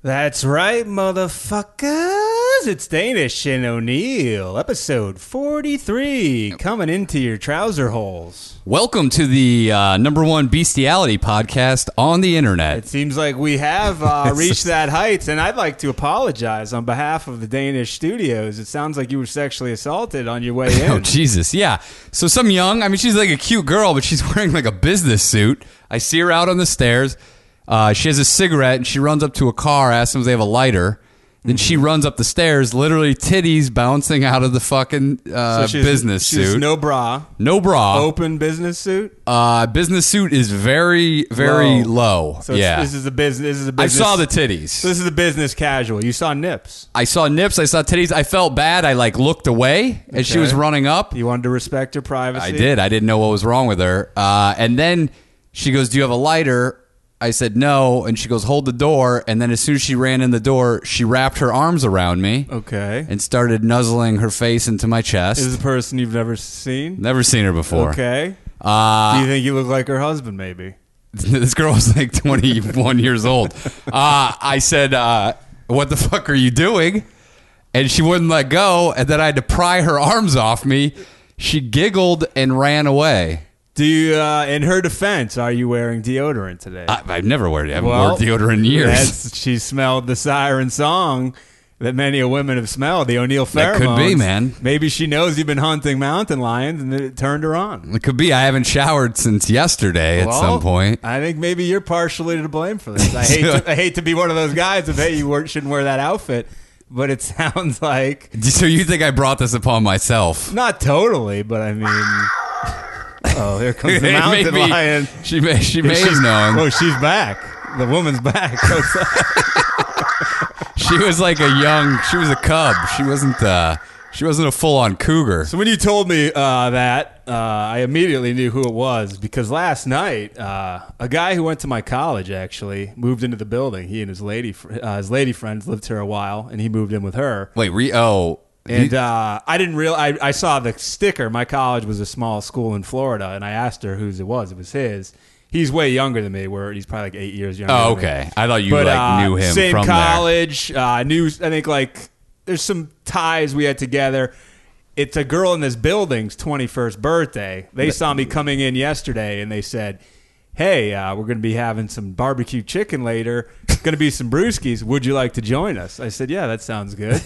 That's right, motherfuckers. It's Danish and O'Neill, episode 43, coming into your trouser holes. Welcome to the uh, number one bestiality podcast on the internet. It seems like we have uh, reached that height, and I'd like to apologize on behalf of the Danish studios. It sounds like you were sexually assaulted on your way Oh in. Jesus, yeah. So some young, I mean, she's like a cute girl, but she's wearing like a business suit. I see her out on the stairs. Uh, she has a cigarette, and she runs up to a car, asks them if they have a lighter. Then she Mm-hmm. runs up the stairs, literally titties bouncing out of the fucking uh, So she's- business she's suit. No Oh. bra, No bra. open business suit. Uh, business suit is very, very low. So it's- yeah. this is a business. This is a I business. saw the titties. This is a business casual. You saw nips. I saw nips. I saw titties. I felt bad. I like looked away as she Okay. was running up. You wanted to respect her privacy. I did. I didn't know what was wrong with her. Uh, and then she goes, "Do you have a lighter?" I said no, and she goes, "Hold the door." And then as soon as she ran in the door, she wrapped her arms around me Okay. and started nuzzling her face into my chest. is a person you've never seen. Never seen her before. Okay. Uh, Do you think you look like her husband, maybe? this girl was like 21 years old. Uh, I said, uh, "What the fuck are you doing?" And she wouldn't let go. And then I had to pry her arms off me. She giggled and ran away. Do you, uh, in her defense, are you wearing deodorant today? I, I've never worn. I haven't worn deodorant in years. that's- She smelled the siren song that many a women have smelled, the O'Neill That pheromones. could be, man. Maybe she knows you've been hunting mountain lions and it turned her on. It could be. I haven't showered since yesterday. at Well, some point, I think maybe you're partially to blame for this. I hate to, I hate to be one of those guys of hey, you weren't, shouldn't wear that outfit, but it sounds like so you think I brought this upon myself? not totally, but I mean. Oh, here comes the mountain Maybe. lion. She may. She may have known. Oh, she's back. The woman's back. She was like a young. She was a cub. She wasn't. Uh, she wasn't a full-on cougar. so when you told me uh, that, uh, I immediately knew who it was because last night, uh, a guy who went to my college actually moved into the building. He and his lady, fr- uh, his lady friends lived here a while, and he moved in with her. Wait, re oh. And uh, I didn't real I, I saw the sticker. My college was a small school in Florida, and I asked her whose it was. It was his. He's way younger than me. Where he's probably like eight years younger. oh, than me. okay. I thought you but like uh, knew him same from college. Uh, I knew. I think like there's some ties we had together. It's a girl in this building's 21st birthday. They saw me coming in yesterday, and they said, "Hey, uh, we're going to be having some barbecue chicken later. It's going to be some brewskis. Would you like to join us?" I said, "Yeah, that sounds good."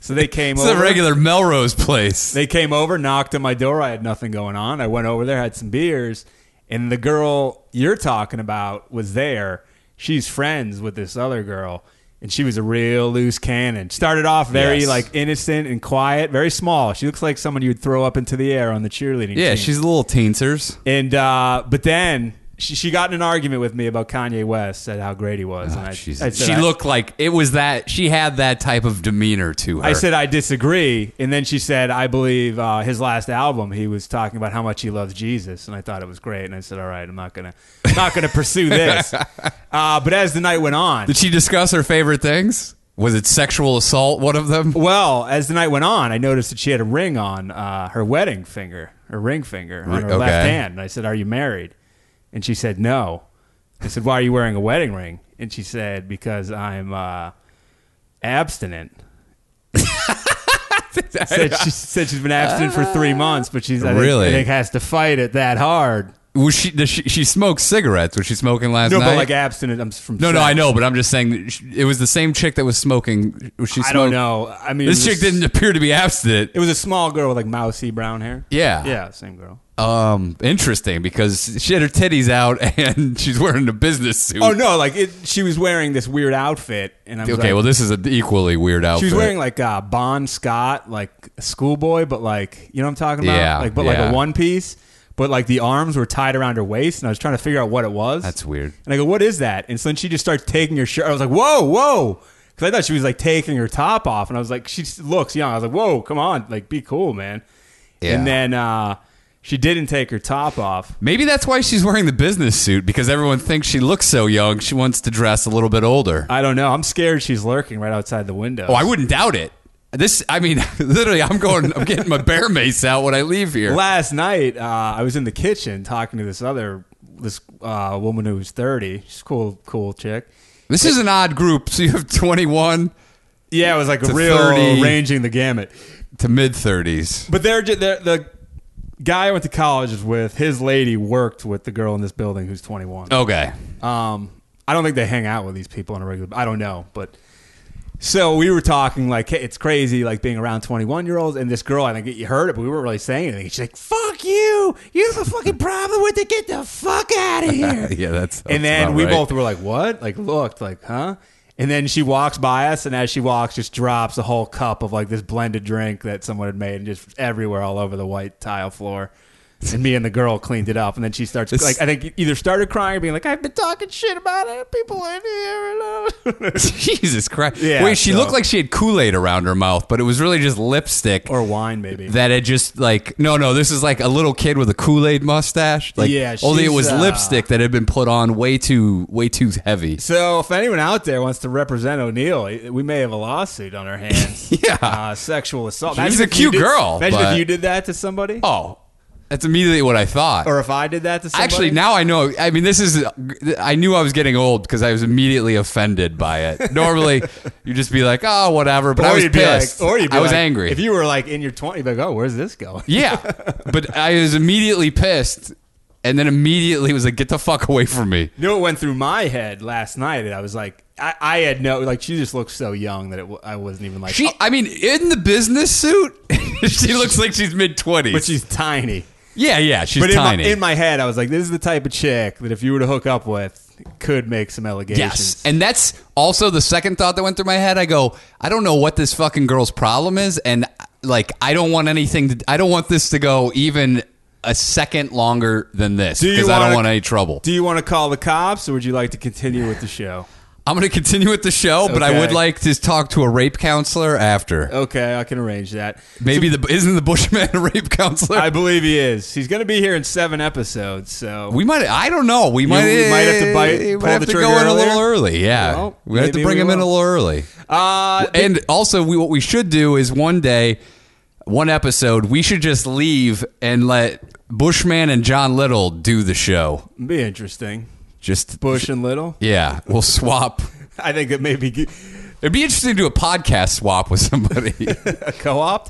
So they came there. It's over. a regular Melrose place. They came over, knocked on my door. I had nothing going on. I went over there, had some beers, and the girl you're talking about was there. She's friends with this other girl, and she was a real loose cannon. Started off very Yes. like innocent and quiet, very small. She looks like someone you would throw up into the air on the cheerleading. team. yeah, she's a little teensers. and uh, but then. She, she got in an argument with me about Kanye West, said how great he was. and I, I said, Ah, she I- looked like it was that she had that type of demeanor to her. I said I disagree, and then she said I believe uh, his last album he was talking about how much he loves Jesus, and I thought it was great, and I said all right, I'm not gonna not gonna pursue this. Uh, but as the night went on, Did she discuss her favorite things? Was it sexual assault? One of them? well, as the night went on, I noticed that she had a ring on uh, her wedding finger, her ring finger on her Okay. left hand, and I said, "Are you married?" And she said, "No." I said, "Why are you wearing a wedding ring?" And she said, "Because I'm uh, abstinent." said she said she's been abstinent for three months, but she's I think, Ah. Really? I think has to fight it that hard. Was she? Does she? She smoked cigarettes. Was she smoking last No, night? but like abstinent. I'm s- from no, no, sex. I know, but I'm just saying that she- it was the same chick that was smoking. Was she? I don't smoked- know. I mean, This it chick was- didn't appear to be abstinent. It was a small girl with like mousy brown hair. Yeah. yeah, same girl. Um, interesting because she had her titties out and she's wearing a business suit. Oh no, like it, she was wearing this weird outfit, and I was Okay, like, well, this is an equally weird outfit. she was wearing like uh, Bon Scott, like schoolboy, but like you know what I'm talking about, Yeah, like but like yeah. a one piece, but like the arms were tied around her waist, and I was trying to figure out what it was. That's weird. And I go, "What is that?" And so then she just starts taking her shirt. I was like, "Whoa, whoa!" Because I thought she was like taking her top off, and I was like, "She s- looks young." I was like, "Whoa, come on, like be cool, man." Yeah. And then uh, she didn't take her top off. Maybe that's why she's wearing the business suit because everyone thinks she looks so young. She wants to dress a little bit older. I don't know. I'm scared she's lurking right outside the window. Oh, I wouldn't doubt it. This, I mean, literally, I'm going. I'm getting my bear mace out when I leave here. last night uh, I was in the kitchen talking to this other this uh, woman who was thirty. She's a cool, cool chick, This is an odd group. So you have 21 Yeah, it was like a To real 30. ranging the gamut. to mid 30s. But they're, ju- they're the guy I went to college with. His lady worked with the girl in this building who's 21. Okay. Um, I don't think they hang out with these people on a regular. I don't know, but so we were talking like hey, it's crazy, like being around twenty one year olds, and this girl. I think you heard it, but we weren't really saying anything. She's like, "Fuck you! You have a fucking problem with it. Get the fuck out of here!" Yeah, that's. and that's then about we right. both were like, "What?" Like looked like, "Huh?" And then she walks by us, and as she walks, just drops a whole cup of like this blended drink that someone had made, and just everywhere all over the white tile floor. And me and the girl cleaned it up, and then she starts This- like I think either started crying or being like, "I've been talking shit about it, people in here," and, uh," Jesus Christ. Yeah, Wait, she so- looked like she had Kool Aid around her mouth, but it was really just lipstick. or wine maybe. that had just like no no this is like a little kid with a kool-aid mustache like Yeah, only it she's, was uh, lipstick that had been put on way too way too heavy so if anyone out there wants to represent O'Neill, eh, we may have a lawsuit on our hands. Yeah. uh, sexual assault. She's Imagine a if you cute did- girl, Imagine but- if you did that to somebody, oh that's immediately what i thought or if I did that to somebody. actually now i know i mean this is i knew i was getting old because i was immediately offended by it normally you'd just be like oh whatever but i was you'd be like- pissed or you'd be i was like- angry If you were like in your 20s, like, oh, where's this going? yeah but i was immediately pissed and then immediately was like get the fuck away from me You know what went through my head last night? And I was like, I, I had no, like, she just looked so young that it, w- I wasn't even like, She, oh, I mean, in the business suit, she looks like she's mid but twenties. she's tiny. Yeah, yeah, she's But in my, tiny. in my head, I was like, this is the type of chick that if you were to hook up with, could make some allegations. yes, and that's also the second thought that went through my head. I go, I don't know what this fucking girl's problem is, and like, I don't want anything. To, I don't want this to go even a second longer than this Do you because I don't wanna- want any trouble. Do you want to call the cops or would you like to continue with the show? I'm going to continue with the show, but I Okay. Uh, would like to talk to a rape counselor after. Okay, I can arrange that. Maybe the isn't the Bushman a rape counselor? I believe he is. He's going to be here in seven episodes, so. We might. I don't know. We might. we might have to bite- We pull might have the to trigger go in a earlier? little early. Yeah, Well, we have to maybe bring we him in a will. little early. uh, and also, we, what we should do is one day, one episode, we should just leave and let Bushman and John Little do the show. be interesting. Just Bush and Little. Yeah, we'll swap. I think it may be It'd be interesting to do a podcast swap with somebody. a co-op.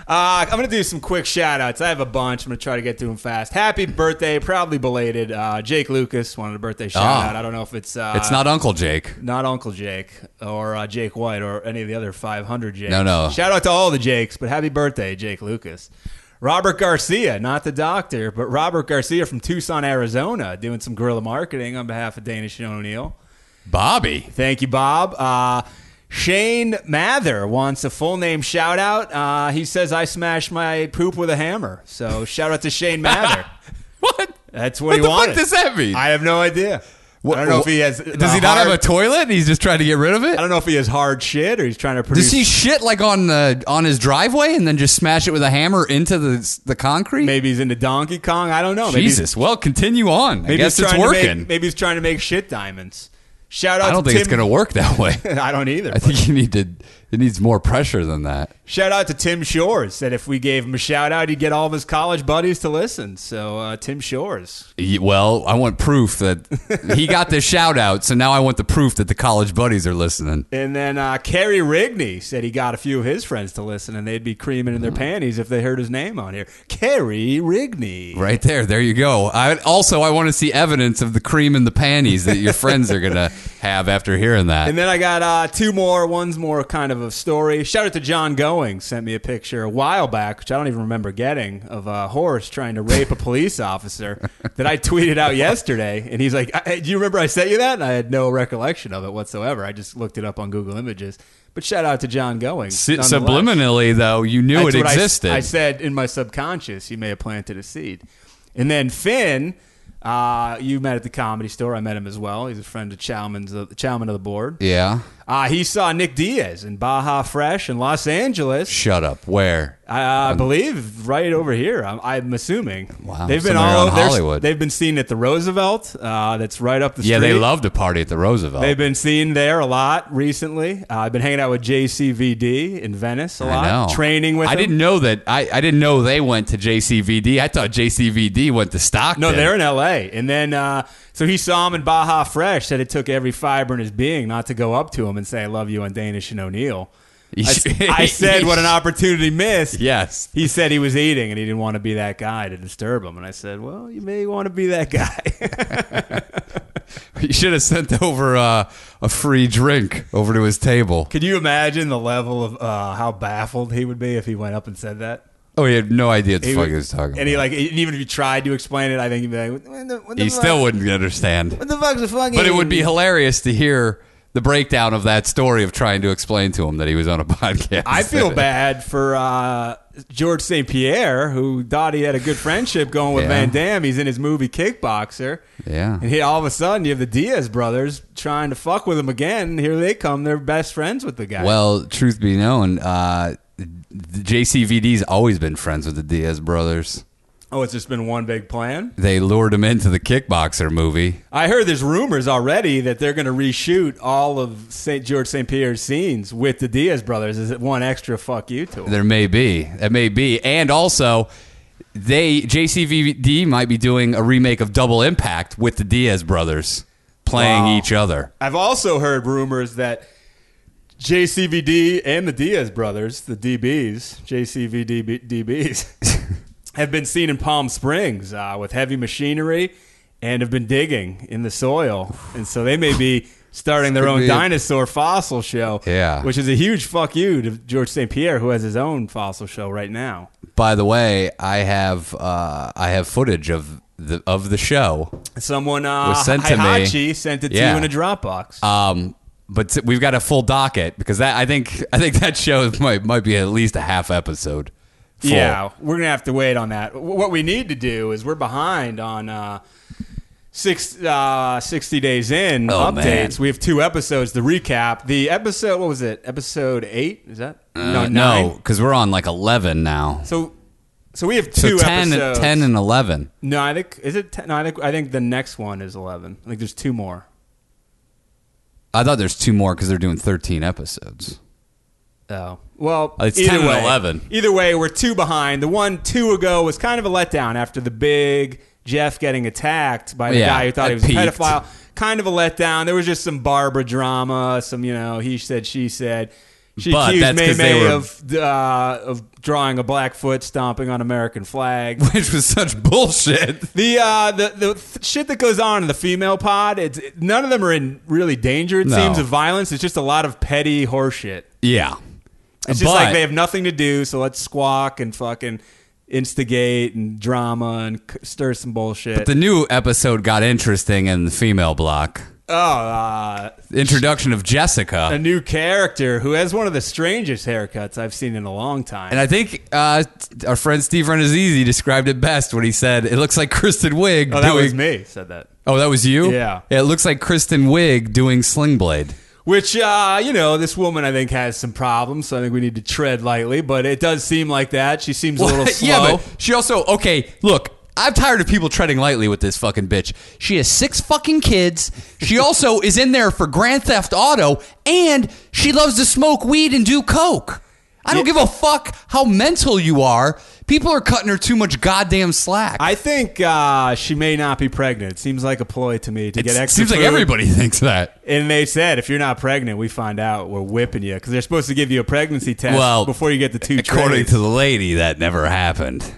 Uh, I'm going to do some quick shout-outs. I have a bunch. I'm going to try to get through them fast. Happy birthday, probably belated. Uh, Jake Lucas wanted a birthday shout-out. I don't know if it's uh, Ah. it's not Uncle Jake. not Uncle Jake or uh, Jake White or any of the other 500 Jakes. No, no. Shout-out to all the Jakes, but happy birthday, Jake Lucas. Robert Garcia, not the doctor, but Robert Garcia from Tucson, Arizona, doing some guerrilla marketing on behalf of Danish and O'Neill. Bobby. Thank you, Bob. Uh, Shane Mather wants a full name shout out. Uh, he says, I smashed my poop with a hammer. So shout out to Shane Mather. What? That's what, What he the wanted. fuck does that mean? I have no idea. I don't know if he has. Does he not have a hard- toilet? He's just trying to get rid of it. I don't know if he has hard shit or he's trying to produce. Does he shit like on the on his driveway and then just smash it with a hammer into the the concrete? maybe he's into Donkey Kong. I don't know. Maybe he's- Jesus. Well, continue on. I Maybe guess he's it's trying to make- working. maybe he's trying to make shit diamonds. Shout out. I don't to think it's Tim- going to work that way. I don't either. I think you need to. It needs more pressure than that. Shout out to Tim Shores. That if we gave him a shout out, he'd get all of his college buddies to listen. So uh, Tim Shores, Y- Well, I want proof that he got this shout out, so now I want the proof that the college buddies are listening. And then uh, Kerry Rigney said he got a few of his friends to listen, and they'd be creaming in their panties if they heard his name on here. Kerry Rigney. Right there, there you go. I, also, I want to see evidence of the cream in the panties that your friends are going to have after hearing that. And then I got uh, two more. One's more kind of a story. Shout out to John Going. Sent me a picture a while back, which I don't even remember getting, of a horse trying to rape a police officer that I tweeted out yesterday. And he's like, I, "Do you remember I sent you that?" And I had no recollection of it whatsoever. I just looked it up on Google Images. But shout out to John Going. Si- nonetheless. Subliminally, though, you knew That's it what I- existed. I, said in my subconscious, you may have planted a seed. And then Finn, uh, you met at the comedy store. I met him as well. He's a friend of Chowman's, uh, Chowman of the board. yeah. Uh, he saw Nick Diaz in Baja Fresh in Los Angeles. Shut up. Where? I, I believe right over here. I'm, I'm assuming. Um, Wow, they've been somewhere all around over they're- Hollywood. They've been seen at the Roosevelt. Uh, that's right up the Yeah, street. they love to party at the Roosevelt. They've been seen there a lot recently. Uh, I've been hanging out with JCVD in Venice a lot, I know. training with. I him. didn't know that. I, I didn't know they went to JCVD. I thought JCVD went to Stockton. No, they're in L.A. And then, uh, so he saw him in Baja Fresh. Said it took every fiber in his being not to go up to him and say "I love you" on Danish and O'Neill. I, s- I said what an opportunity missed. Yes. He said he was eating and he didn't want to be that guy to disturb him. And I said, "Well, you may want to be that guy." You should have sent over uh, a free drink over to his table. Can you imagine the level of uh, how baffled he would be if he went up and said that? Oh, he had no idea what the He fuck would- he was talking And about. he like, and even if you tried to explain it, I think he'd be like, "What the, what the he fuck? still wouldn't understand. What the fuck's a fucking?" But it would be hilarious to hear the breakdown of that story of trying to explain to him that he was on a podcast. I feel bad for uh, George St. Pierre, who thought he had a good friendship going with Yeah. Van Damme. He's in his movie Kickboxer. Yeah. And he, all of a sudden, you have the Diaz brothers trying to fuck with him again. Here they come. They're best friends with the guy. Well, truth be known, uh, the JCVD's always been friends with the Diaz brothers. oh, it's just been one big plan. They lured him into the kickboxer movie. I heard there's rumors already that they're going to reshoot all of St. George St. Pierre's scenes with the Diaz brothers. Is it one extra fuck you to 'em. There may be. It may be. And also, they JCVD might be doing a remake of Double Impact with the Diaz brothers playing Wow. each other. I've also heard rumors that JCVD and the Diaz brothers, the DBs, JCVD DBs, have been seen in Palm Springs uh, with heavy machinery and have been digging in the soil. And so they may be starting their Could own be. dinosaur fossil show. Yeah. Which is a huge fuck you to George St. Pierre, who has his own fossil show right now. By the way, I have uh, I have footage of the of the show. Someone, uh, Was sent to me. Hihachi sent it to Yeah. you in a Dropbox. Um, but we've got a full docket because that I think I think that show might might be at least a half episode. full. Yeah, we're gonna have to wait on that. W- What we need to do is we're behind on uh, six uh, sixty days in Oh, updates. man. We have two episodes to recap. The episode, what was it? Episode eight? Is that Uh, no, because we're on like eleven now. So, so we have So two 10, episodes. 10 and eleven. No, I think is it. 10? No, I think I think the next one is eleven. I think there's two more. I thought there's two more because they're doing thirteen episodes. Oh. Well, Uh, It's either 10 and way, 11. Either way, we're two behind. The one two ago was kind of a letdown after the big Jeff getting attacked by the Yeah, guy who thought it he was a peaked. pedophile. Kind of a letdown. There was just some Barbara drama, some, you know, he said, she said. She But accused that's 'cause May they May were- of, uh, of drawing a black foot, stomping on American flag. which was such bullshit. The uh, the the th- shit that goes on in the female pod, it's it- none of them are in really danger. It No. seems of violence. It's just a lot of petty horseshit. Yeah. It's just like they have nothing to do, so let's squawk and fucking instigate and drama and c- stir some bullshit. the new episode got interesting in the female block. oh, uh, Introduction of Jessica. a new character who has one of the strangest haircuts I've seen in a long time. And I think uh, our friend Steve Renazizi described it best when he said, "It looks like Kristen Wiig oh, doing." that was me said that. Oh, that was you. Yeah. It looks like Kristen Wiig doing Slingblade. Which uh, you know, this woman I think has some problems, so I think we need to tread lightly. But it does seem like that. She seems a little slow. yeah, but she also okay. Look, I'm tired of people treading lightly with this fucking bitch. She has six fucking kids. She also is in there for Grand Theft Auto, and she loves to smoke weed and do coke. I don't Yeah. give a fuck how mental you are. People are cutting her too much goddamn slack. I think uh, she may not be pregnant. It seems like a ploy to me to It get extra. seems like food. everybody thinks that. And they said, if you're not pregnant, we find out we're whipping you because they're supposed to give you a pregnancy test Well, before you get the two According trays. to the lady, that never happened.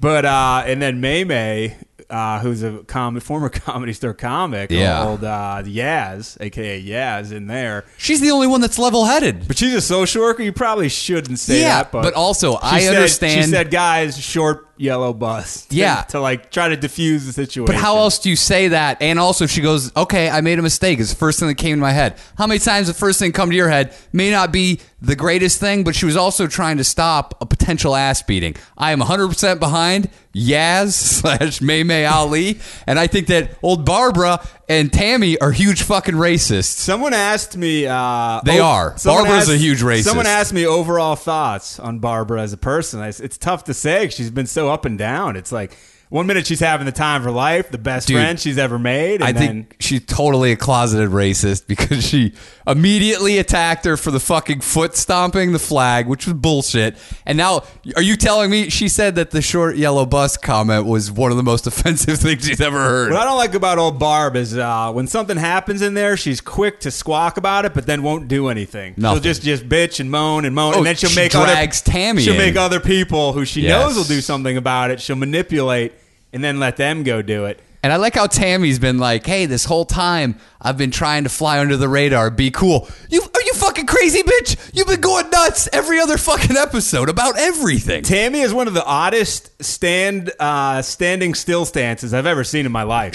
but uh, and then May May, uh, who's a com- former comedy store comic, Yeah. old uh, Yaz, aka Yaz, in there. She's the only one that's level-headed. But she's a social worker. You probably shouldn't say Yeah, that. But, but also, she I said- understand- She said, "Guys, short yellow bus." to- Yeah. to like try to diffuse the situation. But how else do you say that? And also, she goes, "Okay, I made a mistake." It's the first thing that came to my head. How many times the first thing come to your head may not be the greatest thing, but she was also trying to stop a potential ass beating. I am 100 percent behind Yaz slash May May Ali, and I think that old Barbara and Tammy are huge fucking racists. Someone asked me. Uh, They are. someone Barbara's a huge racist. Someone asked me overall thoughts on Barbara as a person. I s it's tough to say. 'cause She's been so up and down. It's like one minute she's having the time of her life, the best Dude, friend she's ever made, and I then think she's totally a closeted racist because she immediately attacked her for the fucking foot stomping the flag, which was bullshit. And now, are you telling me she said that the short yellow bus comment was one of the most offensive things she's ever heard? What I don't like about old Barb is uh, when something happens in there, she's quick to squawk about it, but then won't do anything. Nothing. She'll just just bitch and moan and moan, Oh, and then she'll she make drags other, Tammy She'll in. make other people who she knows Yes. will do something about it. She'll manipulate and then let them go do it. And I like how Tammy's been like, "Hey, this whole time I've been trying to fly under the radar, be cool." You are you fucking crazy, bitch? You've been going nuts every other fucking episode about everything. Tammy is one of the oddest stand uh, standing still stances I've ever seen in my life.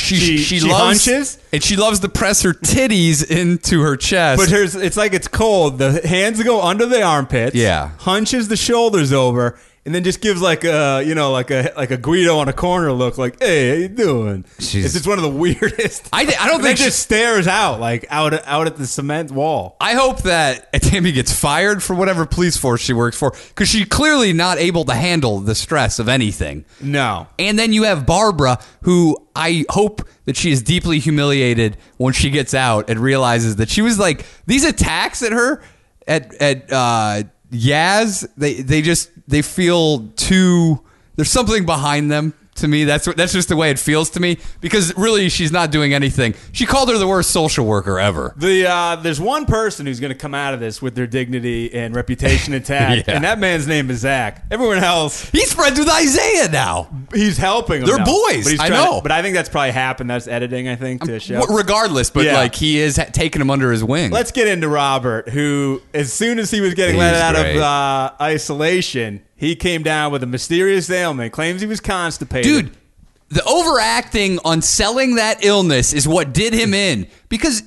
hunches, and she loves to press her titties into her chest. but hers it's like it's cold. The hands go under the armpits. Yeah. hunches the shoulders over, and then just gives like a you know like a like a Guido on a corner look, like hey, how you doing? She's- it's just one of the weirdest. I thi- I don't And then think she- just stares out like out out at the cement wall. I hope that Tammy gets fired for whatever police force she works for because she's clearly not able to handle the stress of anything. No, And then you have Barbara, who I hope that she is deeply humiliated when she gets out and realizes that she was like these attacks at her at at uh, Yaz. They they just they feel too. There's something behind them to me. That's what that's just the way it feels to me because really she's not doing anything. She called her the worst social worker ever. The uh, there's one person who's going to come out of this with their dignity and reputation intact, Yeah. and that man's name is Zach. Everyone else, He's friends with Isaiah now. he's helping. 'em They're now, boys, But he's I trying to- know. but I think that's probably happened. That's editing. I think to show. W- Regardless, but Yeah. like he is ha- taking him under his wing. Let's get into Robert, who as soon as he was getting He's let out great. of uh, isolation, he came down with a mysterious ailment. Claims he was constipated. Dude, the overacting on selling that illness is what did him in. Because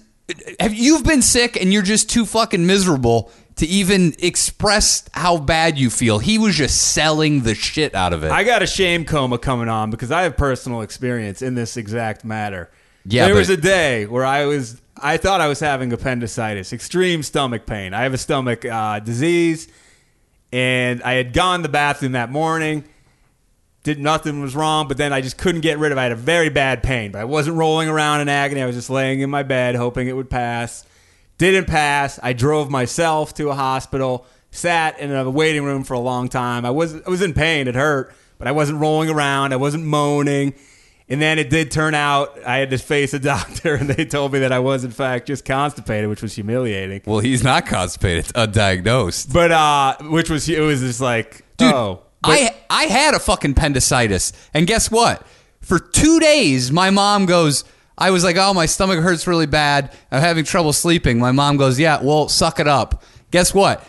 have you've been sick and you're just too fucking miserable to even express how bad you feel. He was just selling the shit out of it. I got a shame coma coming on because I have personal experience in this exact matter. Yeah, there but- was a day where I was I thought I was having appendicitis, extreme stomach pain. I have a stomach uh, disease, and I had gone to the bathroom that morning. Did nothing was wrong, but then I just couldn't get rid of. it. I had a very bad pain, but I wasn't rolling around in agony. I was just laying in my bed, hoping it would pass. Didn't pass. I drove myself to a hospital, sat in a waiting room for a long time. I was I was in pain. It hurt, but I wasn't rolling around. I wasn't moaning. And then it did turn out I had to face a doctor, and they told me that I was in fact just constipated, which was humiliating. well, he's not constipated, it's undiagnosed. But uh, which was it was just like, Dude, oh, But- I I had a fucking appendicitis. And guess what? For 2 days my mom goes I was like, "Oh, my stomach hurts really bad. I'm having trouble sleeping." My mom goes, "Yeah, well, suck it up." Guess what?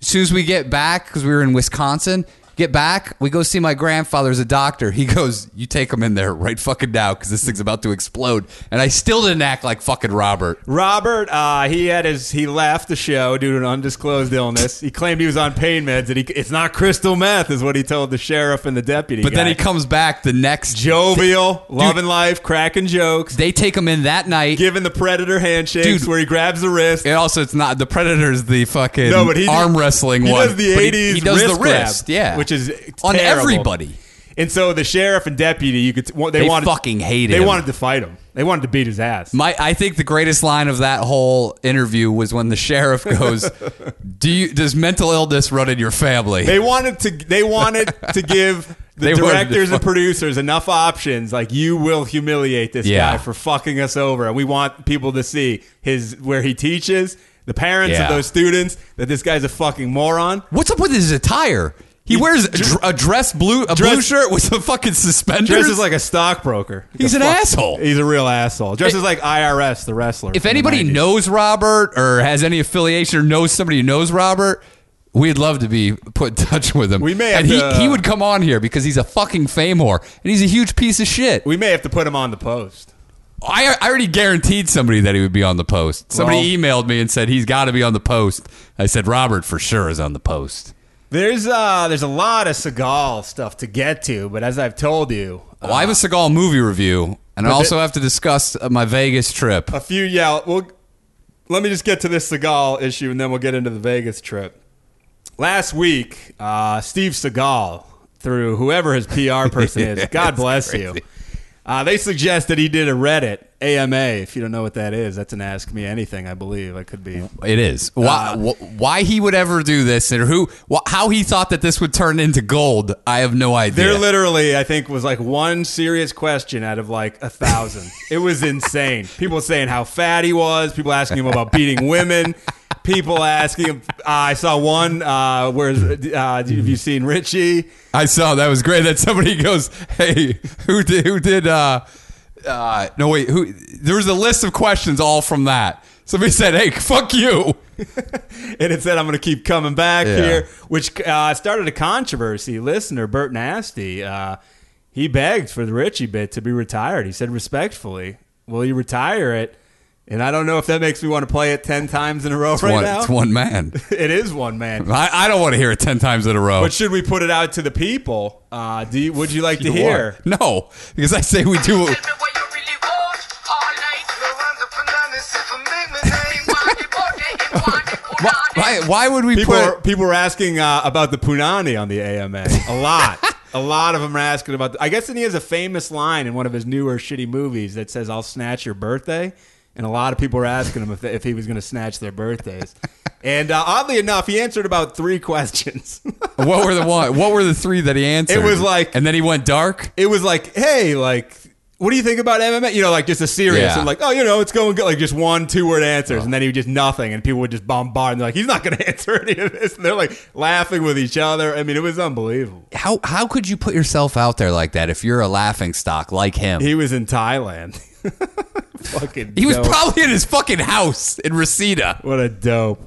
As soon as we get back cuz we were in Wisconsin, get back, we go see my grandfather's a doctor. He goes, "You take him in there right fucking now cuz this thing's about to explode." And I still didn't act like fucking Robert. Robert, uh, he had his he left the show due to an undisclosed illness. He claimed he was on pain meds, and he, it's not crystal meth, is what he told the sheriff and the deputy. But then guy. he comes back the next jovial, loving life, cracking jokes, They take him in that night. giving the predator handshakes Dude. where he grabs the wrist. And also, it's not the Predator's the fucking No, but he arm wrestling he one. does the But he- '80s. He, does wrist the wrist, grab, yeah, which is on terrible. everybody. And so the sheriff and deputy, you could they, They wanted fucking hated They him. wanted to fight him. They wanted to beat his ass. My, I think the greatest line of that whole interview was when the sheriff goes, "Do you does mental illness run in your family?" They wanted to. They wanted to give the They wanted to directors and fuck- producers enough options. Like you will humiliate this Yeah. guy for fucking us over, and we want people to see his where he teaches the parents Yeah. of those students that this guy's a fucking moron. What's up with his attire? He, wears a, dr- a dress blue a blue Dress- shirt with some fucking suspenders. Dresses like a stockbroker. He's The an asshole. He's a real asshole. Dresses like IRS, the wrestler. if from the anybody 90s. knows Robert or has any affiliation or knows somebody who knows Robert, we'd love to be put in touch with him. We may have and he, to- uh, he would come on here because he's a fucking fame whore and he's a huge piece of shit. we may have to put him on the post. I, I already guaranteed somebody that he would be on the post. Somebody emailed me and said he's got to be on the post. I said Robert for sure is on the post. There's uh, there's a lot of Seagal stuff to get to, but as I've told you, Uh, Well, I have a Seagal movie review And I also have to discuss uh, my Vegas trip. a few yeah well let me just get to this Seagal issue and then we'll get into the Vegas trip. Last week, uh, Steve Seagal, through whoever his PR person is, God bless you. Uh, they suggested he did a Reddit AMA. If you don't know what that is, that's an Ask Me Anything, I believe. I could be. It is why uh, wh- why he would ever do this and who wh- how he thought that this would turn into gold. I have no idea. There literally, I think, was like one serious question out of like a thousand. it was insane. People saying how fat he was. People asking him about beating women. People asking him. Uh, I saw one. Uh, where's uh, have you seen Richie? I saw that was great that somebody goes, "Hey, who did who did uh uh no wait, who there was a list of questions all from that. Somebody said, "Hey, fuck you." and it said, "I'm going to keep coming back Yeah. here," which uh, started a controversy. Listener Bert Nasty, uh, he begged for the Richie bit to be retired. He said respectfully, "Will you retire it?" And I don't know if that makes me want to play it ten times in a row right one, now. It's one man. It is one man. I, I don't want to hear it 10 times in a row. But should we put it out to the people? Uh, do you, would you like to You hear? are. No, because I say we do Tell me what you really want. All night. No, I'm the banana, sip a lemonade. Why you want it and why you want why, it. why, why would we People put are, people were asking uh, about the Punani on the AMA. A lot. a lot of them are asking about. The, I guess and he has a famous line in one of his newer shitty movies that says, "I'll snatch your birthday." And a lot of people were asking him if, if he was going to snatch their birthdays. and uh, oddly enough, he answered about three questions. what were the one, what were the three that he answered? It was like- And then he went dark. it was like, hey, like, what do you think about MMA? You know, like just a serious Yeah. and like, oh, you know, it's going good. Like just one, two word answers, and then he would just nothing, and people would just bombard. And they're like, he's not going to answer any of this, and they're like laughing with each other. I mean, it was unbelievable. How how could you put yourself out there like that if you're a laughing stock like him? He was in Thailand. Fucking, He was dope. probably in his fucking house in Reseda. what a dope.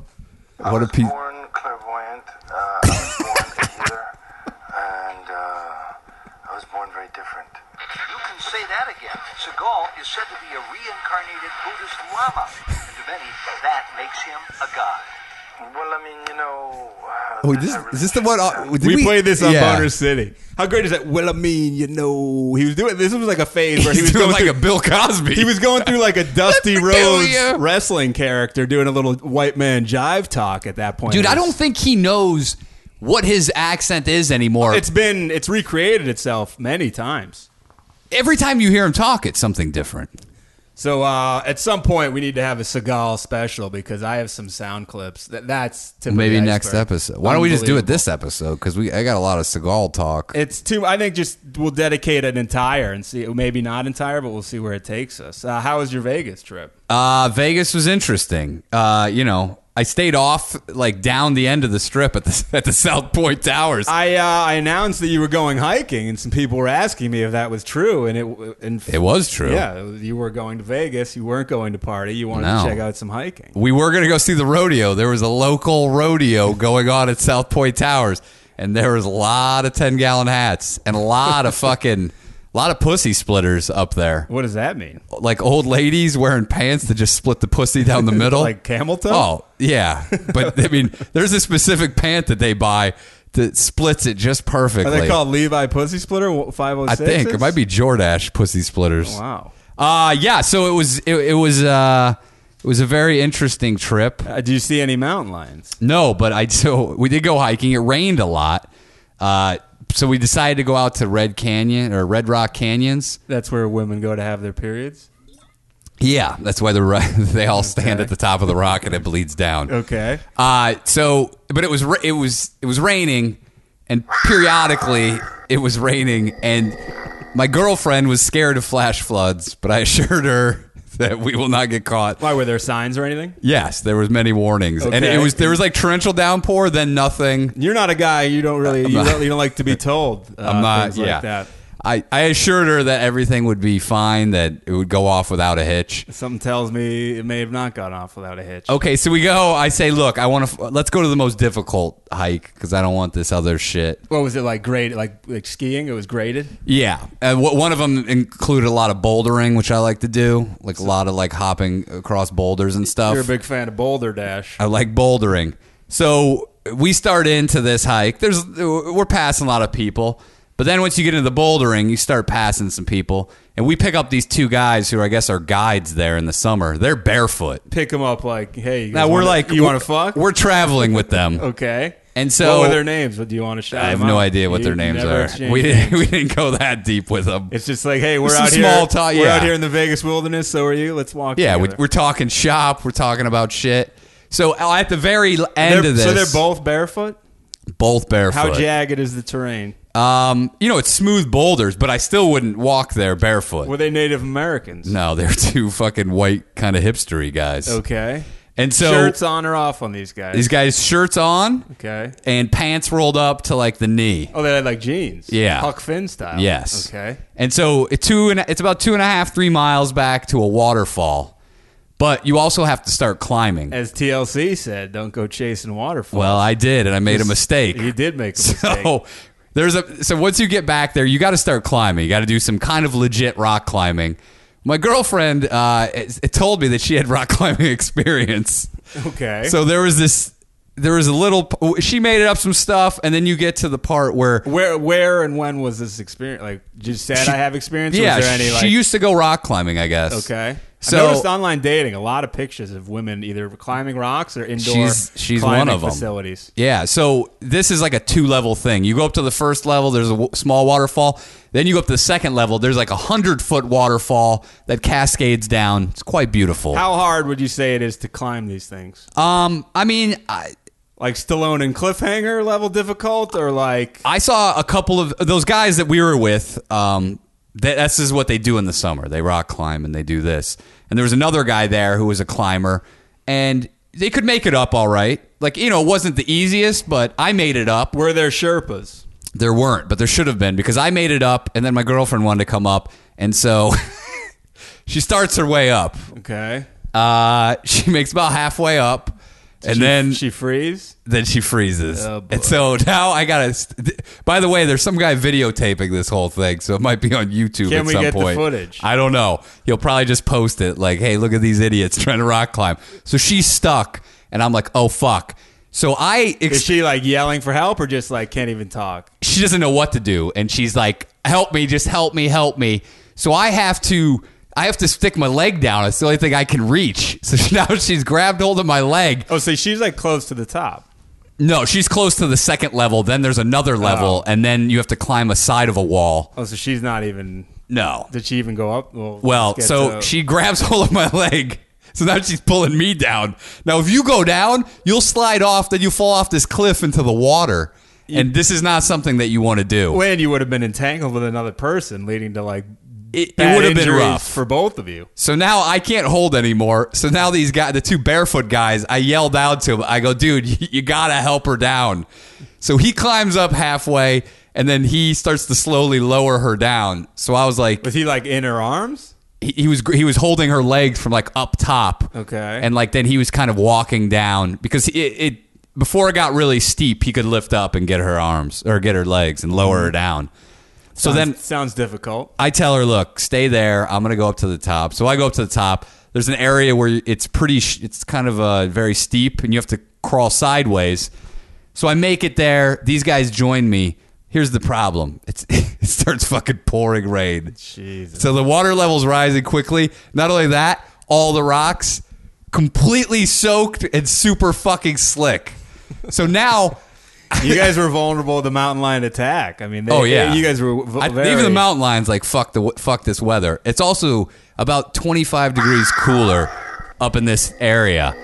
What a piece. Born clairvoyant, uh, I was born a healer, and uh, I was born very different. You can say that again. Seagal is said to be a reincarnated Buddhist Lama, and to many, that makes him a god. Well, I mean, you know. Uh, Oh, this, I really is this the one? uh, did We, played this on yeah. Boner City. How great is that? Well, I mean, you know, he was doing this was like a phase where he He's was doing going like through- a Bill Cosby. He was going through like a Dusty Let me tell Rhodes you. wrestling character, doing a little white man jive talk at that point. dude. I It was- don't think he knows what his accent is anymore. It's been it's recreated itself many times. Every time you hear him talk, it's something different. So uh, at some point we need to have a Seagal special because I have some sound clips. That, that's to Maybe next episode. Why don't we just do it this episode? Because we I got a lot of Seagal talk. It's too. I think just we'll dedicate an entire and see. Maybe not entire, but we'll see where it takes us. Uh, how was your Vegas trip? Uh, Vegas was interesting. Uh, you know, I stayed off like down the end of the strip at the at the South Point Towers. I uh, I announced that you were going hiking, and some people were asking me if that was true, and it and it was true. yeah, you were going to Vegas. You weren't going to party. You wanted No. to check out some hiking. we were going to go see the rodeo. There was a local rodeo going on at South Point Towers, and there was a lot of 10 gallon hats and a lot of fucking, a lot of pussy splitters up there. What does that mean? Like old ladies wearing pants that just split the pussy down the middle. Like camel toe? Oh, yeah. But I mean, there's a specific pant that they buy that splits it just Are perfectly. they called Levi Pussy Splitter five oh I six? think. It might be Jordash pussy splitters. Oh, Wow. Uh, yeah. So it was, it, it was, uh, it was a very interesting trip. Uh, do you see any mountain lions? No, but I so we did go hiking. It rained a lot, uh, so we decided to go out to Red Canyon or Red Rock Canyons. That's where women go to have their periods. Yeah, that's why the ro- they all stand at the top of the rock and it bleeds down. Okay. Uh, so, but it was ra- it was it was raining, and periodically it was raining, and my girlfriend was scared of flash floods, but I assured her that we will not get caught. Why were there signs or anything? Yes, there was many warnings, and it Okay. was there was like torrential downpour, then nothing. You're not a guy. You don't really. You, don't, you don't like to be told. Uh, I'm not. Things yeah. Like that. I, I assured her that everything would be fine, that it would go off without a hitch. Something tells me it may have not gone off without a hitch. Okay, so we go. I say, look, I want to. Let's go to the most difficult hike because I don't want this other shit. What was it like? Graded? Like like skiing? It was graded. Yeah, and w- one of them included a lot of bouldering, which I like to do, like a lot of like hopping across boulders and stuff. You're a big fan of Boulder Dash. I like bouldering. So we start into this hike. There's we're passing a lot of people, But then once you get into the bouldering, you start passing some people. And we pick up these two guys who I guess are guides there in the summer. They're barefoot. Pick them up like, hey, you guys Now we're wanna- like, you want we're- to fuck? We're traveling with them. okay. And so- what were their names? What do you want to shout? I have them no out? idea what You their names never are. exchanged We names. didn't, we didn't go that deep with them. It's just like, hey, we're Some out here. small talk, We're yeah. out here in the Vegas wilderness. So are you? Let's walk. yeah, we, together. we're talking shop. We're talking about shit. So at the very end They're- of this, So they're both barefoot. both barefoot. How jagged is the terrain? Um, you know, it's smooth boulders, but I still wouldn't walk there barefoot. Were they Native Americans? no, they're two fucking white kind of hipstery guys. Okay. And so Shirts on or off on these guys? these guys shirts on okay. and pants rolled up to like the knee. Oh, they had like jeans. Yeah. Huck Finn style. Yes. Okay. And so it two and it's about two and a half, three miles back to a waterfall, but you also have to start climbing. As TLC said, don't go chasing waterfalls. well, I did, and I made a mistake. he did make a mistake. So Oh, there's a so once you get back there, you got to start climbing. You got to do some kind of legit rock climbing. My girlfriend uh, it, it told me that she had rock climbing experience. Okay. So there was this. There was a little. p- She made up some stuff, and then you get to the part where. where, where, and when was this experience? Like, just said I have experience. or Yeah, was there any, like, she used to go rock climbing, I guess. Okay. So- I noticed online dating a lot of pictures of women either climbing rocks or indoor She's- she's one climbing of 'em. facilities. Yeah, so this is like a two level thing. You go up to the first level, there's a w- small waterfall. Then you go up to the second level, there's like a hundred foot waterfall that cascades down. It's quite beautiful. How hard would you say it is to climb these things? Um, I mean, I, Like Stallone and Cliffhanger level difficult, or like I saw a couple of those guys that we were with. Um, that, this is what they do in the summer. They rock climb and they do this. And there was another guy there who was a climber, and they could make it up all right. Like you know, it wasn't the easiest, but I made it up. were there Sherpas? There weren't, but there should have been because I made it up, and then my girlfriend wanted to come up, and so she starts her way up. Okay. Uh, she makes about halfway up, and She- then she freeze. then she freezes. Oh, boy. and so now I gotta. St- by the way, there's some guy videotaping this whole thing, so it might be on YouTube Can at we some get the point. footage? I don't know. He'll probably just post it like, "Hey, look at these idiots trying to rock climb." So she's stuck, and I'm like, "Oh fuck." So I Is ex- she like yelling for help or just like can't even talk? she doesn't know what to do and she's like help me just help me help me so i have to i have to stick my leg down it's the only thing i can reach so now she's grabbed hold of my leg Oh, so she's like close to the top. no she's close to the second level then there's another level and then you have to climb a side of a wall Oh, so she's not even. no Did she even go up? Well, well let's get so to- she grabs hold of my leg so now she's pulling me down now if you go down you'll slide off then you fall off this cliff into the water and this is not something that you want to do When you would have been entangled with another person, leading to like it, it bad would have been injuries rough for both of you. So now I can't hold anymore. So now these guys, the two barefoot guys, I yelled out to him. I go, dude, you, you gotta help her down. So he climbs up halfway, and then he starts to slowly lower her down. So I was like, Was he like in her arms? he, he was gr- he was holding her legs from like up top. Okay. and like then he was kind of walking down because it. it before it got really steep, he could lift up and get her arms or get her legs and lower her down. So then sounds, sounds difficult. I tell her, look, stay there. I'm gonna go up to the top. So I go up to the top. There's an area where it's pretty, sh- it's kind of uh, very steep, and you have to crawl sideways. So I make it there. These guys join me. Here's the problem: it's, it starts fucking pouring rain. Jesus. So the water level's rising quickly. Not only that, all the rocks completely soaked and super fucking slick. So now. You guys were vulnerable to mountain lion attack. I mean, they, Oh yeah, you guys were v- I- very, even the mountain lions like fuck the fuck this weather. It's also about 25 degrees cooler up in this area.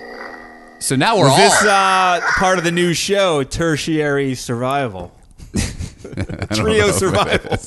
So now we're Was all this uh, part of the new show, Tertiary Survival? Trio Survival.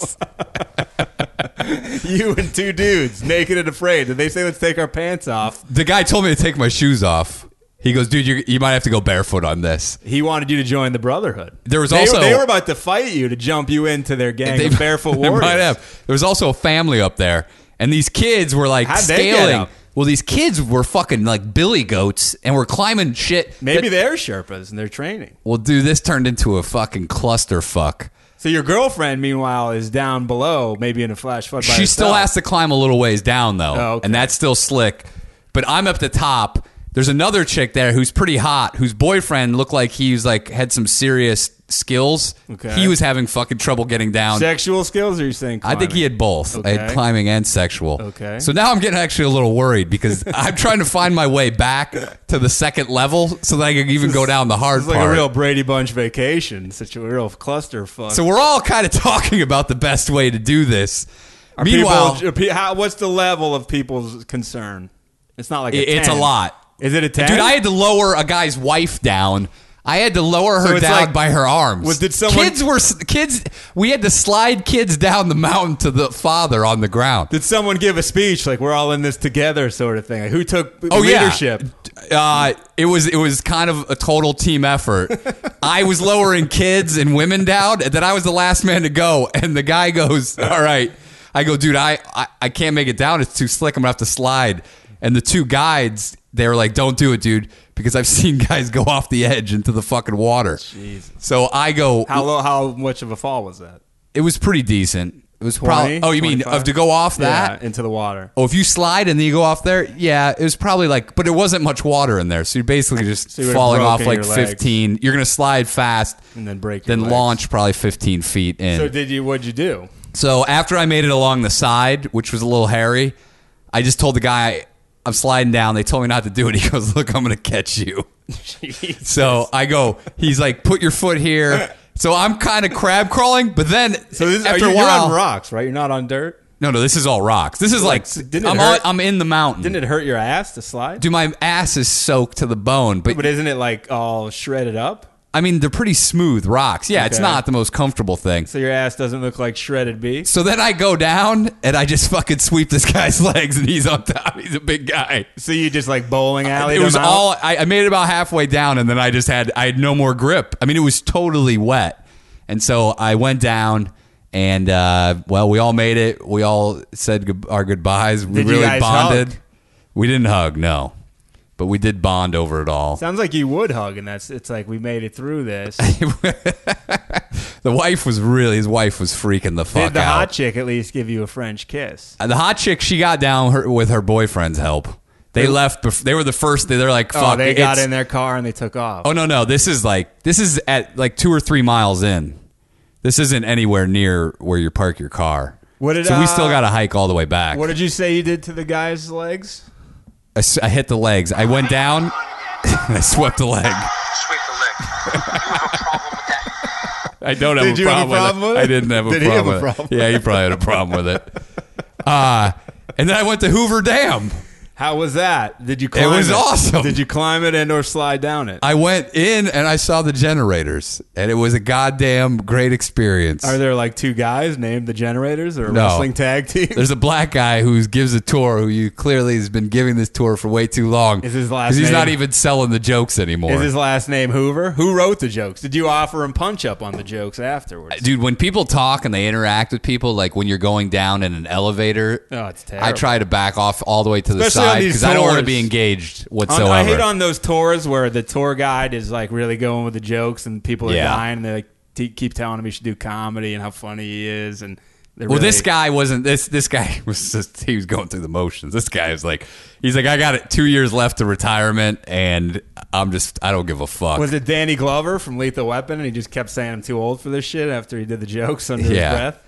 you and two dudes, naked and afraid. Did they say let's take our pants off? the guy told me to take my shoes off. He goes, dude, you, you might have to go barefoot on this. He wanted you to join the Brotherhood. There was They- also- they were about to fight you to jump you into their gang They- of barefoot they warriors. might have. There was also a family up there, and these kids were like How'd they get scaling. up? Well, these kids were fucking like billy goats, and were climbing shit. Maybe that- they're Sherpas and they're training. well, dude, this turned into a fucking clusterfuck. So your girlfriend, meanwhile, is down below, maybe in a flash flood. By She still herself. has to climb a little ways down though, Oh, okay. and that's still slick. But I'm up the top. There's another chick there who's pretty hot, whose boyfriend looked like he was like had some serious skills. Okay. He was having fucking trouble getting down. Sexual skills, or you saying? I think he climbing? had both. I had Okay. climbing and sexual. Okay. So now I'm getting actually a little worried because I'm trying to find my way back to the second level so that I can even go down the hard It's like part. a real Brady Bunch vacation, such a real clusterfuck. so we're all kind of talking about the best way to do this. People- Meanwhile, are pe- how, what's the level of people's concern? It's not like a It- it's a 10. lot. Is it a ten? Dude, I had to lower a guy's wife down. I had to lower her it's down like- by her arms. Was- did someone- Kids were s- kids. We had to slide kids down the mountain to the father on the ground. Did someone give a speech like we're all in this together sort of thing? Like, who took Oh leadership? yeah, uh, it was it was kind of a total team effort. I was lowering kids and women down, and then I was the last man to go. And the guy goes, "All right." I go, dude, I, I, I can't make it down. It's too slick. I'm gonna have to slide. And the two guides, they were like, "Don't do it, dude," because I've seen guys go off the edge into the fucking water. Jesus. So I go, How low? How much of a fall was that? it was pretty decent. It was 20, probably. Oh, you mean 25? of to go off that? yeah, into the water? Oh, if you slide and then you go off there, yeah, it was probably like, but it wasn't much water in there, so you're basically just So you would've falling off broken like your legs. 15. You're gonna slide fast And then break your then legs. launch probably 15 feet in. So So, did you? What'd you do? after I made it along the side, which was a little hairy, I just told the guy I'm sliding down. They told me not to do it. He goes, "Look, I'm gonna catch you." So I go. He's like, "Put your foot here." So I'm kind of crab crawling, but then So this, after are a you, while, you're on rocks, right? You're not on dirt. no, no, this is all rocks. This is like, Like, didn't it I'm, hurt? On, I'm in the mountain. Didn't it hurt your ass to slide? Dude, my ass is soaked to the bone, but, but isn't it like all shredded up? I mean, they're pretty smooth rocks. Yeah, it's Okay. not the most comfortable thing. So your ass doesn't look like shredded beef. So then I go down and I just fucking sweep this guy's legs and he's on top. He's a big guy. So you just like bowling alley. It was out? all, I, I made it about halfway down and then I just had, I had no more grip. I mean, it was totally wet. And so I went down and, uh, well, we all made it. We all said good, our goodbyes. We Did you really guys bonded. hug? We didn't hug, no. But we did bond over it all. Sounds like you would hug, and that's it's like we made it through this. The wife was really his wife was freaking the fuck Did the out. hot chick at least give you a French kiss? Uh, the hot chick she got down her, with her boyfriend's help. They left. Bef- they were the first. They're like, fuck. oh, they got it's- in their car and they took off. Oh no, no. This is like this is at like two or three miles in. This isn't anywhere near where you park your car. What did, so we uh, still got to hike all the way back. What did you say you did to the guy's legs? I, s- I hit the legs. I went down. and I swept the leg. Sweep the leg. I You have a problem with that. don't have, Did a, you have a problem with problem it. with it? I didn't have a Did he have problem. a with it. problem? Yeah, you probably had a problem with it. Uh, and then I went to Hoover Dam. How was that? Did you climb It was awesome. Did you climb it and or slide down it? I went in and I saw the generators, and it was a goddamn great experience. Are there like two guys named the generators or a No. wrestling tag team? There's a black guy who gives a tour who you clearly has been giving this tour for way too long. Is his last 'Cause he's name- not even selling the jokes anymore. Is his last name Hoover? Who wrote the jokes? Did you offer him punch up on the jokes afterwards? Dude, when people talk and they interact with people, like when you're going down in an elevator, Oh, it's I try to back off all the way to the Especially on side these because I don't want to tours. be engaged On- whatsoever. I hate on those tours where the tour guide is like really going with the jokes and people are Yeah. dying and they like te- keep telling him he should do comedy and how funny he is and they're Well, really, this guy wasn't. This this guy was just he was going through the motions. This guy was like, he's like, I got it two years left to retirement, and I'm just I don't give a fuck. was it Danny Glover from Lethal Weapon and he just kept saying I'm too old for this shit after he did the jokes under Yeah. his breath.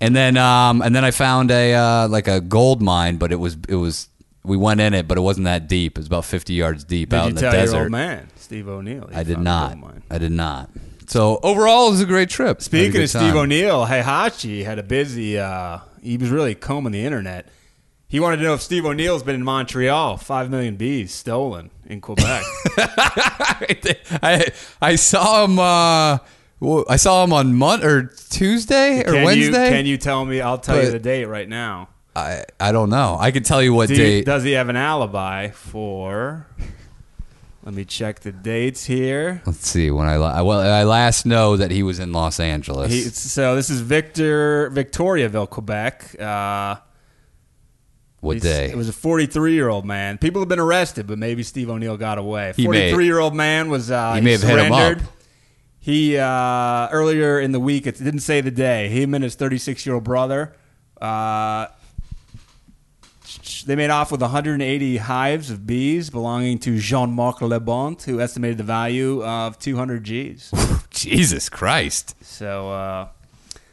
and then um and then I found a uh, like a gold mine, but it was it was we went in it, but it wasn't that deep. It was about 50 yards deep Did out you in the tell desert. your old man Steve O'Neill? he oh I did found not. gold mine. I did not. So overall, it was a great trip. Had a Speaking good of Steve time. O'Neill, Heihachi had a busy. Uh, he was really combing the internet. He wanted to know if Steve O'Neill's been in Montreal. Five million bees stolen in Quebec. I I saw him. Uh, well, I saw him on Mon or Tuesday or can Wednesday. You, can you tell me? I'll tell you But- the date right now. I, I don't know. I could tell you what Do you- date. does he have an alibi for? Let me check the dates here. Let's see when I la- well I last know that he was in Los Angeles. He, so this is Victor Victoriaville, Quebec. Uh, what He's- day? It was a 43 year old man. People have been arrested, but maybe Steve O'Neill got away. He may- 43 year old man was uh, He may have hit him up. surrendered. He uh, earlier in the week, it didn't say the day. Him and his 36 year old brother uh, sh- they made off with 180 hives of bees belonging to Jean-Marc Le Bon, who estimated the value of 200 G's. Jesus Christ. So uh,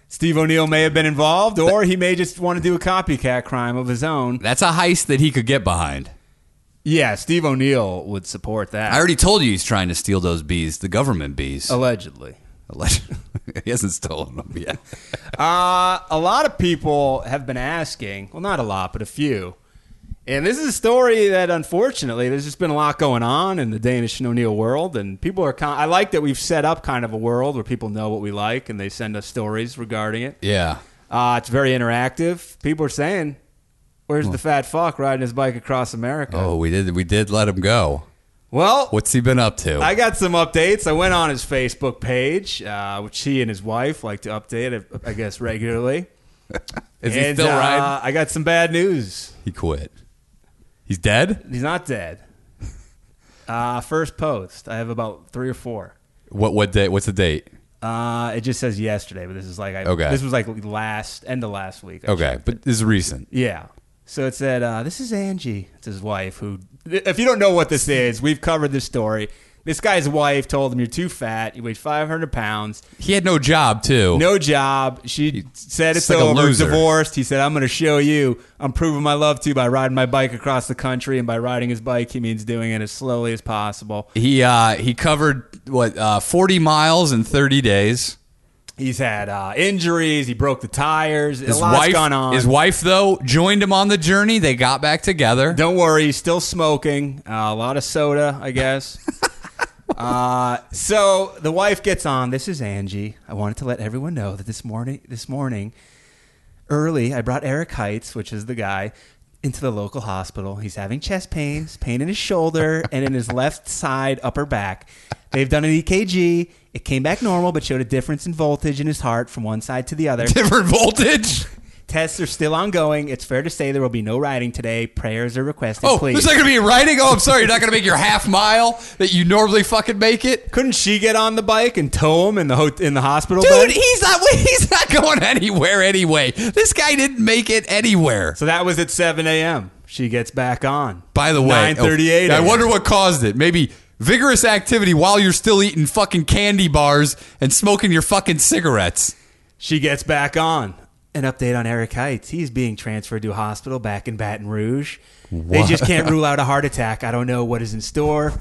Steve O'Neill may have been involved, or he may just want to do a copycat crime of his own. That's a heist that he could get behind. Yeah, Steve O'Neill would support that. I already told you he's trying to steal those bees, the government bees. Oh. allegedly. he hasn't stolen them yet. Uh, a lot of people have been asking, well, not a lot, but a few. And this is a story that, unfortunately, there's just been a lot going on in the Danish and O'Neill world. And people are kind I like that we've set up kind of a world where people know what we like and they send us stories regarding it. Yeah. Uh, it's very interactive. People are saying, where's the fat fuck riding his bike across America? Oh, we did. We did let him go. Well, What's he been up to? I got some updates. I went on his Facebook page, uh, which he and his wife like to update, I I guess, regularly. Is he And, still uh, riding? I got some bad news. He quit. He's dead. He's not dead. Uh, first post. I have about three or four. What? What date? What's the date? Uh, it just says yesterday, but this is like I, Okay. this was like last end of last week. I Okay, checked. but this is recent. yeah. So it said uh, this is Angie. It's his wife. Who, if you don't know what this is, we've covered this story. This guy's wife told him you're too fat. You weigh 500 pounds. He had no job too. No job. She said it's like a over. loser. Divorced. He said, "I'm going to show you. I'm proving my love to you by riding my bike across the country, and by riding his bike, he means doing it as slowly as possible." He uh, he covered what uh, forty miles in thirty days. He's had uh, injuries. He broke the tires. His a lot's wife, gone on. his wife though, joined him on the journey. They got back together. Don't worry, he's still smoking. Uh, a lot of soda, I guess. uh, so the wife gets on. This is Angie. I wanted to let everyone know that this morning, this morning, early, I brought Eric Heitz, which is the guy, into the local hospital. He's having chest pains, pain in his shoulder, and in his left side upper back. They've done an EKG. It came back normal, but showed a difference in voltage in his heart from one side to the other. Different voltage. Tests are still ongoing. It's fair to say there will be no riding today. Prayers are requested, Oh, please. there's not going to be writing. Oh, I'm sorry. You're not going to make your half mile that you normally fucking make it. Couldn't she get on the bike and tow him in the ho- in the hospital? Dude, bed? he's not he's not going anywhere anyway. This guy didn't make it anywhere. so that was at seven a.m. She gets back on. By the way, nine thirty-eight. oh, I wonder what caused it. Maybe vigorous activity while you're still eating fucking candy bars and smoking your fucking cigarettes. she gets back on. An update on Eric Heights. He's being transferred to a hospital back in Baton Rouge. They just can't rule out a heart attack. I don't know what is in store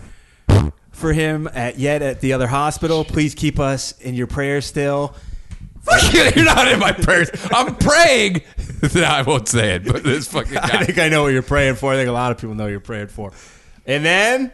for him at yet at the other hospital. Please keep us in your prayers still. Fuck you, you're not in my prayers. I'm praying. no, I won't say it, but this fucking I guy. think I know what you're praying for. I think a lot of people know what you're praying for. And then,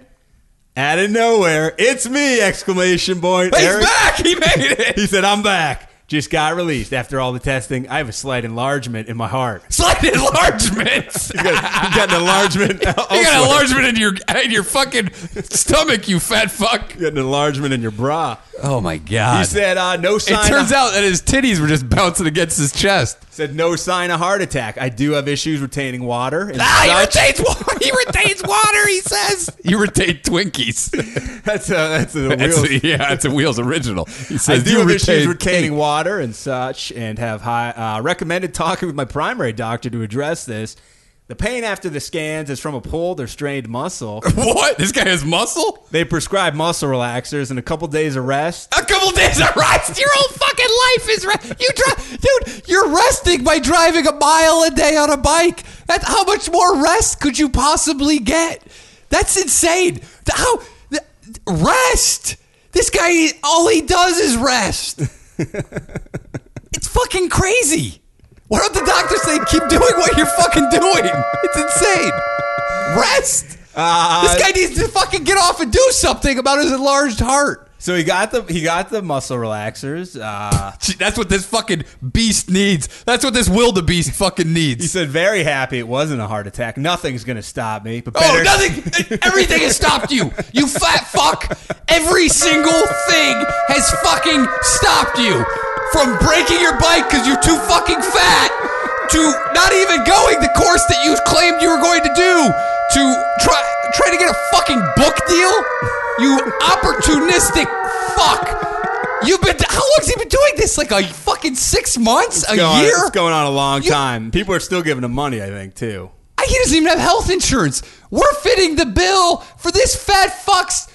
out of nowhere, it's me! Exclamation point. He's Eric- back. He made it. He said, "I'm back." Just got released after all the testing. I have a slight enlargement in my heart. Slight enlargements. You got, you got an enlargement. you You got an enlargement in your in your fucking stomach, you fat fuck. You got an enlargement in your bra. Oh my He god. said, uh, "No sign." It turns of, out that his titties were just bouncing against his chest. said no sign of heart attack. I do have issues retaining water. and Ah, such." retains water. He retains water. He says you retain Twinkies. that's a that's a real. That's a, yeah, that's a Wheels original. He I says do you have retain issues retaining water and such, and have high, uh, recommended talking with my primary doctor to address this. The pain after the scans is from a pulled or strained muscle. What? This guy has muscle. They prescribe muscle relaxers and a couple days of rest. A couple days of rest. Your whole fucking life is rest. You drive, dude. You're resting by driving a mile a day on a bike. That's how much more rest could you possibly get? That's insane. How th- rest? This guy, all he does is rest. It's fucking crazy. Why don't the doctors say keep doing what you're fucking doing? It's insane. Rest. Uh, Uh, this guy needs to fucking get off and do something about his enlarged heart. So he got the he got the muscle relaxers. Uh, Gee, That's what this fucking beast needs. That's what this wildebeest fucking he needs. said very happy it wasn't a heart attack. Nothing's gonna stop me. But Oh, better- nothing! Everything has stopped you, you fat fuck. Every single thing has fucking stopped you from breaking your bike because you're too fucking fat to not even going the course that you claimed you were going to do to try try to get a fucking book deal. You opportunistic fuck. You've been how long's he been doing this? Like a fucking six months, a Going- year? It's going on a long You- time. People are still giving him money, I think, too. I he doesn't even have health insurance. We're fitting the bill for this fat fuck's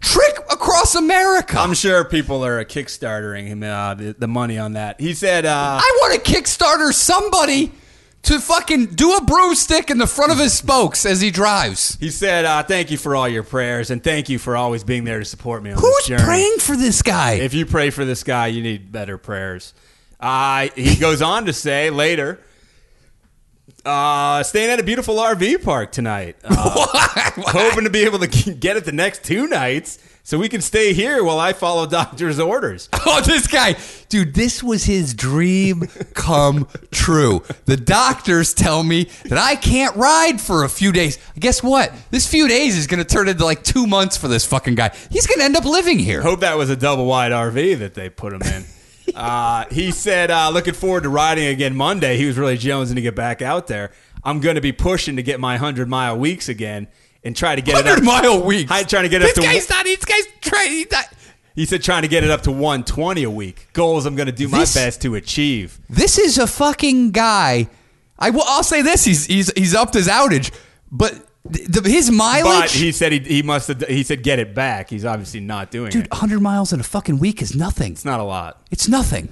trick across America. I'm sure people are kickstartering him uh, the, the money on that. He said, uh, I want to Kickstarter somebody to fucking do a broomstick in the front of his spokes as he drives. he said, uh, thank you for all your prayers and thank you for always being there to support me on Who's this journey. praying for this guy? If you pray for this guy, you need better prayers. Uh, he goes on to say later, uh, staying at a beautiful RV park tonight. Uh, hoping to be able to get it the next two nights so we can stay here while I follow doctor's orders. Oh, this guy. Dude, this was his dream come true. The doctors tell me that I can't ride for a few days. Guess what? This few days is going to turn into like two months for this fucking guy. He's going to end up living here. Hope that was a double wide RV that they put him in. Uh, he said, uh, looking forward to riding again Monday. He was really jonesing to get back out there. I'm going to be pushing to get my 100 mile weeks again and try to get it up. 100 mile weeks. I'm trying to get this up to guy's not. This guy's trying. he's not- He said trying to get it up to 120 a week. Goals I'm going to do my This- best to achieve. This is a fucking guy. I will. I'll say this. He's he's he's upped his outage, but th- the, his mileage. But he said he, he must have he said get it back. He's obviously not doing dude, it. 100 miles in a fucking week is nothing. It's not a lot. It's nothing.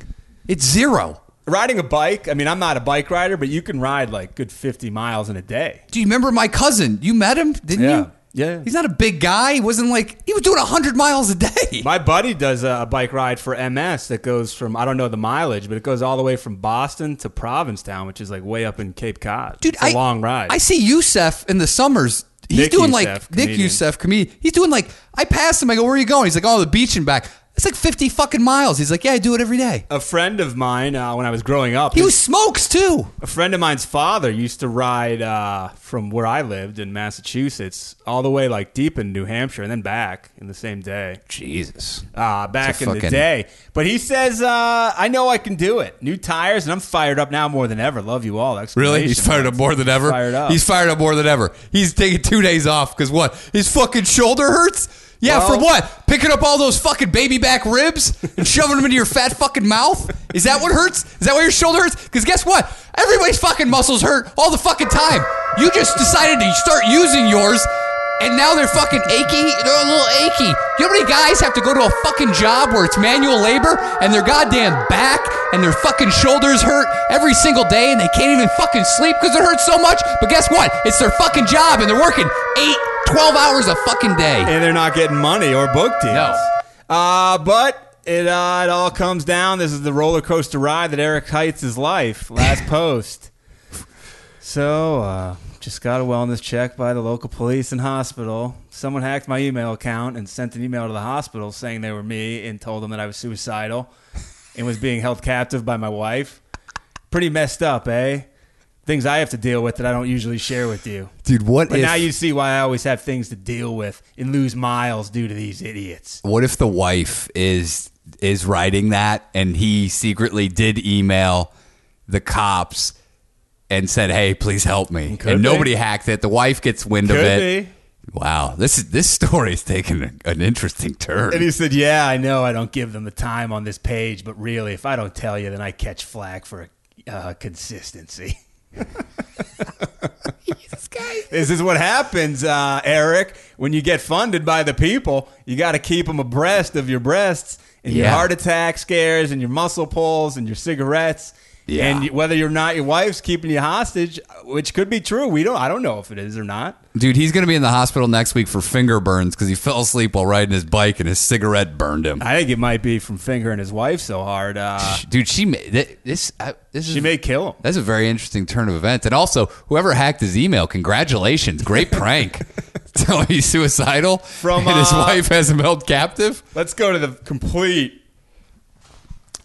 It's zero. Riding a bike, I mean I'm not a bike rider, but you can ride like good 50 miles in a day. Do you remember my cousin? You met him, didn't Yeah. you? Yeah. He's not a big guy. He wasn't like he was doing hundred miles a day. My buddy does a, a bike ride for MS that goes from I don't know the mileage, but it goes all the way from Boston to Provincetown, which is like way up in Cape Cod. Dude, it's a I- long ride. I see Youssef in the summers. He's Nick doing Youssef, like Nick comedian. Youssef, comedian. He's doing like I passed him. I go, where are you going? He's like, oh, the beach and back. It's like fifty fucking miles. He's like, yeah, I do it every day. a friend of mine uh, when I was growing up, He his- was smokes too. A friend of mine's father used to ride uh, from where I lived in Massachusetts all the way like deep in New Hampshire and then back in the same day. Jesus. Uh, back It's a in the fucking- day. But he says, uh, I know I can do it. New tires, and I'm fired up now more than ever. Love you all. Really? He's Exclamation fired up marks. more than ever. Fired up. He's fired up more than ever. He's taking two days off because what? His fucking shoulder hurts. Yeah, Well- for what? Picking up all those fucking baby back ribs and shoving them into your fat fucking mouth? Is that what hurts? Is that why your shoulder hurts? Because guess what? Everybody's fucking muscles hurt all the fucking time. You just decided to start using yours, and now they're fucking achy. They're a little achy. You know how many guys have to go to a fucking job where it's manual labor and their goddamn back and their fucking shoulders hurt every single day and they can't even fucking sleep because it hurts so much? But guess what? It's their fucking job and they're working eight, 12 hours a fucking day. and they're not getting money or book deals. No. Uh, but it, uh, it all comes down. This is the roller coaster ride that Eric Heights is life. Last post. So, uh, just got a wellness check by the local police and hospital. Someone hacked my email account and sent an email to the hospital saying they were me and told them that I was suicidal and was being held captive by my wife. Pretty messed up, eh? Things I have to deal with that I don't usually share with you. Dude, what But now you see why I always have things to deal with and lose miles due to these idiots. what if the wife is is writing that and he secretly did email the cops and said, "Hey, please help me." Could and be. nobody hacked it. The wife gets wind of Could it. be. Wow, this is this story is taking an, an interesting turn. And he said, "Yeah, I know I don't give them the time on this page, but really, if I don't tell you, then I catch flack for uh, consistency." This is what happens, uh, Eric. When you get funded by the people, you got to keep them abreast of your breasts and your Yeah. heart attack scares and your muscle pulls and your cigarettes. Yeah. And you- whether you're not your wife's keeping you hostage, uh, which could be true. We don't. I don't know if it is or not. Dude, he's going to be in the hospital next week for finger burns because he fell asleep while riding his bike and his cigarette burned him. I think it might be from fingering his wife so hard. Uh, Dude, she ma- th- this I, this is she may kill him. That's a very interesting turn of events. And also, whoever hacked his email, congratulations. Great prank. so he's suicidal From, and his uh, wife has him held captive. Let's go to the complete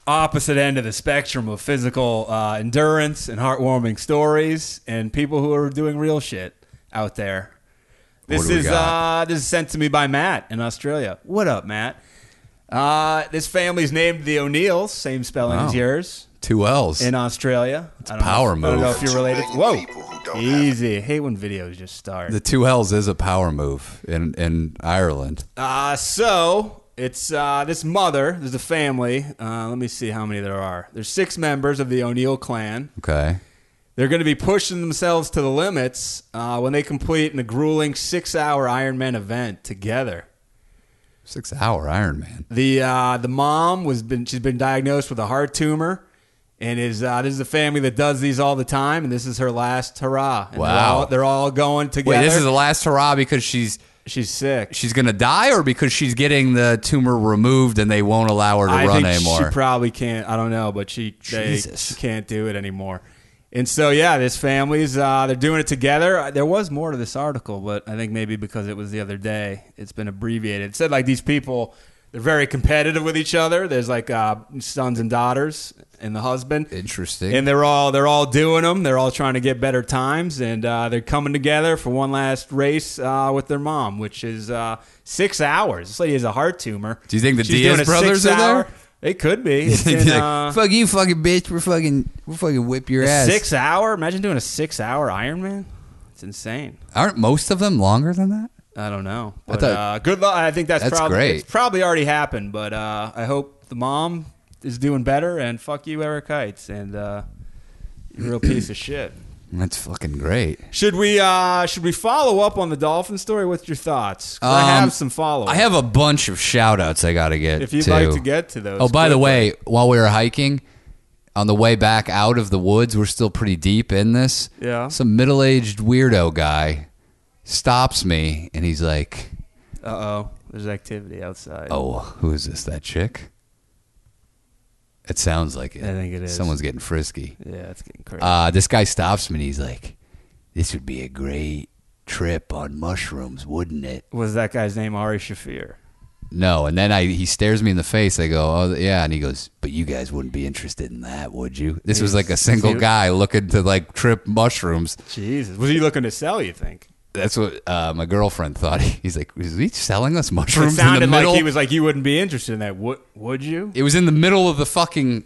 opposite end of the spectrum of physical uh, endurance and heartwarming stories and people who are doing real shit out there. This What do we is uh, got? this is sent to me by Matt in Australia. What up, Matt? Uh, this family's named the O'Neills, same spelling as Wow. yours Two L's. in Australia. It's power I don't know move. if you're related. Too many people who Whoa, don't have it. easy. hate when videos just start. the two L's is a power move in, in Ireland. Uh, so it's uh, this mother. There's a family. Uh, let me see how many there are. There's six members of the O'Neill clan. Okay. They're going to be pushing themselves to the limits uh, when they complete the grueling six-hour Ironman event together. Six hour Iron Man. The uh, the mom was been she's been diagnosed with a heart tumor, and is uh, this is a family that does these all the time, and this is her last hurrah. And they're Wow. all, they're all going Wait, together. this is the last hurrah because she's she's sick. she's gonna die, or because she's getting the tumor removed and they won't allow her to I run think anymore. she probably can't. I don't know, but she they Jesus. she can't do it anymore. And so yeah, this family's uh, they're doing it together. Uh, There was more to this article, but I think maybe because it was the other day, it's been abbreviated. It said like these people they're very competitive with each other. There's like uh, sons and daughters and the husband. Interesting. And they're all they're all doing them. They're all trying to get better times, and uh, they're coming together for one last race uh, with their mom, which is uh, six hours. This lady has a heart tumor. Do you think the She's Diaz doing a brothers are there? six-hour- They could be. It's in, uh, Fuck you, fucking bitch. We're fucking we're fucking whip your ass. six hour. Imagine doing a six hour Ironman. It's insane. Aren't most of them longer than that? I don't know. I But, thought- uh, good luck. I think that's, That's probably great. It's probably already happened, but uh, I hope the mom is doing better. And fuck you, Eric Kites, and uh, you're a real piece of shit. That's fucking great. Should we uh, should we follow up on the dolphin story? What's your thoughts? 'Cause I Um, have some follow. I have a bunch of shout outs I got to get. If you'd to. like to get to those. Oh, by the quickly. way, while we were hiking, on the way back out of the woods, we're still pretty deep in this. Yeah. Some middle aged weirdo guy stops me and he's like, Uh oh, there's activity outside. Oh, who is this? That chick? It sounds like it. I think it is. Someone's getting frisky. yeah, it's getting crazy. Uh, this guy stops me and he's like, This would be a great trip on mushrooms, wouldn't it? was that guy's name Ari Shafir? No. And then I he stares me in the face. I go, Oh, yeah. And he goes, But you guys wouldn't be interested in that, would you? This was like a single he- guy looking to like trip mushrooms. Jesus, was he looking to sell? You think? That's what uh, my girlfriend thought. He's like, Is he selling us It mushrooms in the sounded like middle? he was like you wouldn't be interested in that. Would would you? it was in the middle of the fucking,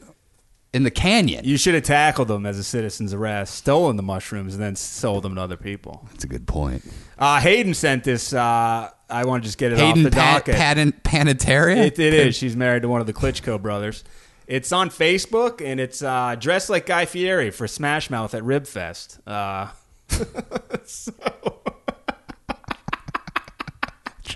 in the canyon. You should have tackled him as a citizen's arrest, stolen the mushrooms, and then sold them to other people. That's a good point. Uh, Hayden sent this. Uh, I want to just get it off Hayden the pa- docket. Patent Panetaria? It, it is. She's married to one of the Klitschko brothers. It's on Facebook, and it's uh, dressed like Guy Fieri for Smash Mouth at Ribfest. Uh,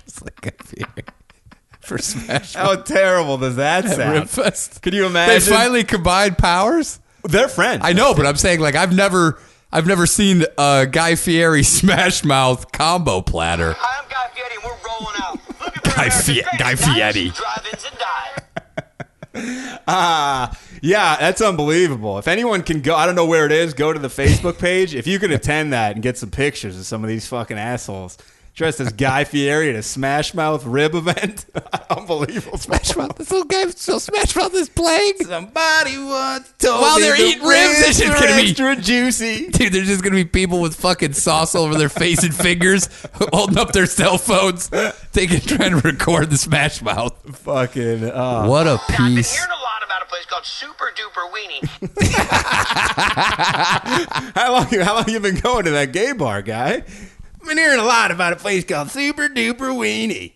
It's like up here for Smash how terrible does that sound? Ribfest. Could you They imagine? finally combined powers. They're friends. I know, but I'm saying like I've never, I've never seen a Guy Fieri Smash Mouth combo platter. I'm Guy Fieri, and we're rolling out. Looking for Guy America's Fie- greatest Guy Fieri. diners, Drive-ins and dives. Ah, yeah, that's unbelievable. If anyone can go, I don't know where it is. Go to the Facebook page. If you can attend that and get some pictures of some of these fucking assholes dressed as Guy Fieri at a Smash Mouth rib event, unbelievable. Smash Mouth. This little guy, so Smash Mouth is playing. Somebody once told While me they're the eating ribs, this shit's are gonna be- extra juicy. Dude, there's just gonna be people with fucking sauce all over their face and fingers, holding up their cell phones, taking trying to record the Smash Mouth. Fucking uh, What a Now, I've been piece! hearing a lot about a place called Super Duper Weenie. how long? How long you been going to that gay bar, guy? I've been hearing a lot about a place called Super Duper Weenie.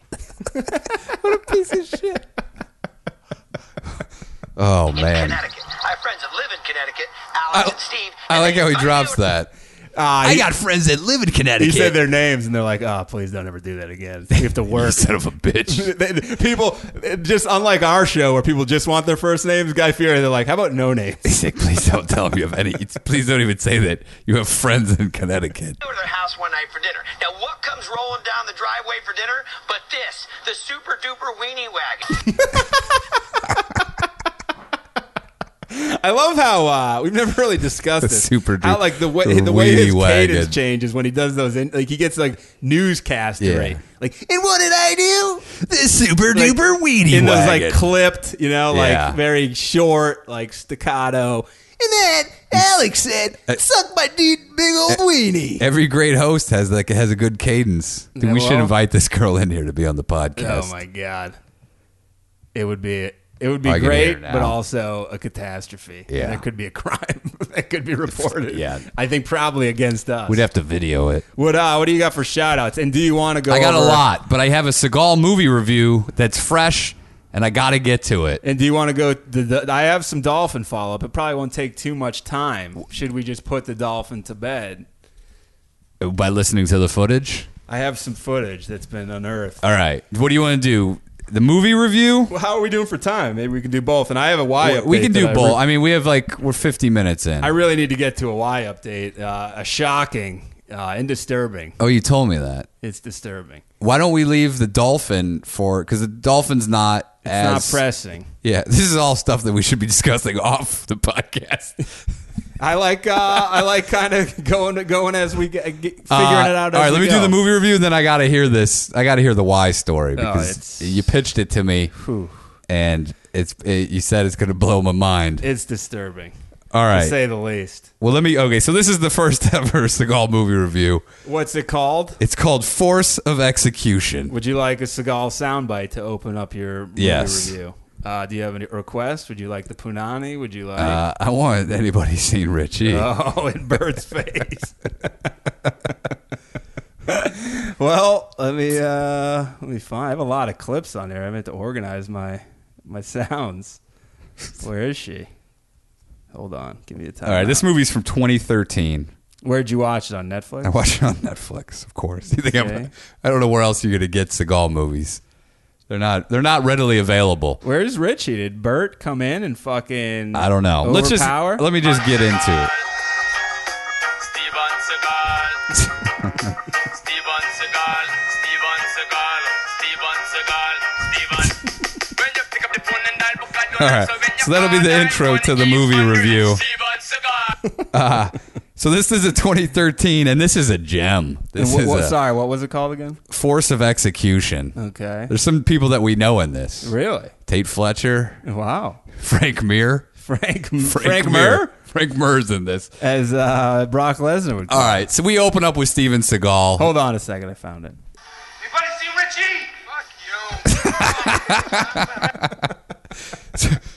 Oh in man, Connecticut. I have friends that live in Connecticut, Alex and Steve. I and like they how he invite drops you- that. Ah, I he- got friends that live in He Connecticut. said their names, and they're like, "Oh, please don't ever do that again. We have to work." son of a bitch. people just unlike our show where people just want their first names. Guy Fieri, they're like, "How about no name?" He's like, please don't tell him you have any. Please don't even say that you have friends in Connecticut. go to their house one night for dinner. Now, what comes rolling down the driveway for dinner but this, the super duper weenie wagon? I love how uh, we've never really discussed this. Super how duper like the way the way his weenie wagon. cadence changes when he does those. In, like he gets like newscastery, Yeah. like and what did I do? The super Like, duper weenie in those wagon. like clipped, you know, like Yeah. very short, like staccato. And then Alex said, Uh, "Suck my dude, big old weenie." e- Every great host has like has a good cadence. Dude, we should Hello? invite this girl in here to be on the Oh podcast. my god, it would be it would be I can hear it great, now. but also a catastrophe. Yeah. there could be a crime that could be reported. Yeah. I think probably against us. We'd have to video it. what uh, what do you got for shout outs? And do you want to go? I got a over- lot, but I have a Seagal movie review that's fresh and I got to get to it. And do you want to go? The, the, I have some dolphin follow up. It probably won't take too much time. Should we just put the dolphin to bed? By listening to the footage? I have some footage that's been unearthed. All right. What do you want to do? The movie review? Well, how are we doing for time? Maybe we can do both. And I have a Y update. we can that do I both. re- I mean, we have like, we're 50 minutes in. I really need to get to a Y update. Uh, a shocking uh, and disturbing. oh, you told me that. It's disturbing. Why don't we leave the dolphin for, because the dolphin's not It's as. not pressing. Yeah, this is all stuff that we should be discussing off the podcast. I like. Uh, I like kind of going going as we get, get- figuring it Uh, out. All as right, let we me do go. Oh, the movie review, and then I gotta hear this. I gotta hear the why story because it's- you pitched it to me, and it's it, you said it's gonna blow my mind. It's disturbing, all to right. say the least. well, let me. Okay, so this is the first ever Seagal movie review. What's it called? It's called Force of Execution. Would you like a Seagal soundbite to open up your movie Yes. review? Uh, do you have any requests? Would you like the Punani? Would you like Uh, I want anybody seen Richie. Oh, in Bird's face? well, let me uh, let me find. I have a lot of clips on here. I meant to organize my my sounds. Where is she? Hold on, give me a time. all right, this movie's from 2013. Where'd you watch it on Netflix? I watch it on Netflix, of course. You think Okay. I'm, I don't know where else you're going to get Seagal movies. They're not. They're not readily available. Where's Richie? Did Bert come in and fucking? I don't know. Let's just overpower? let me just get into it. Steven Seagal. Steven Seagal. Steven Seagal. Steven Seagal. Steven. When you pick up the phone and dial book and you All right. answer when you So that'll be call the nine intro one to the eight movie hundred. review. Steven Seagal. So this is a 2013, and this is a And gem. This what- is what- a sorry, what was it called again? force of execution. Okay. There's some people that we know in this: Really? Tate Fletcher, Wow. Frank Mir, Frank Frank, Mir, Frank Mir's in this. as uh, Brock Lesnar would. All right. So we open up with Steven Seagal. Hold on a second, I found it. Anybody see Richie? Fuck you.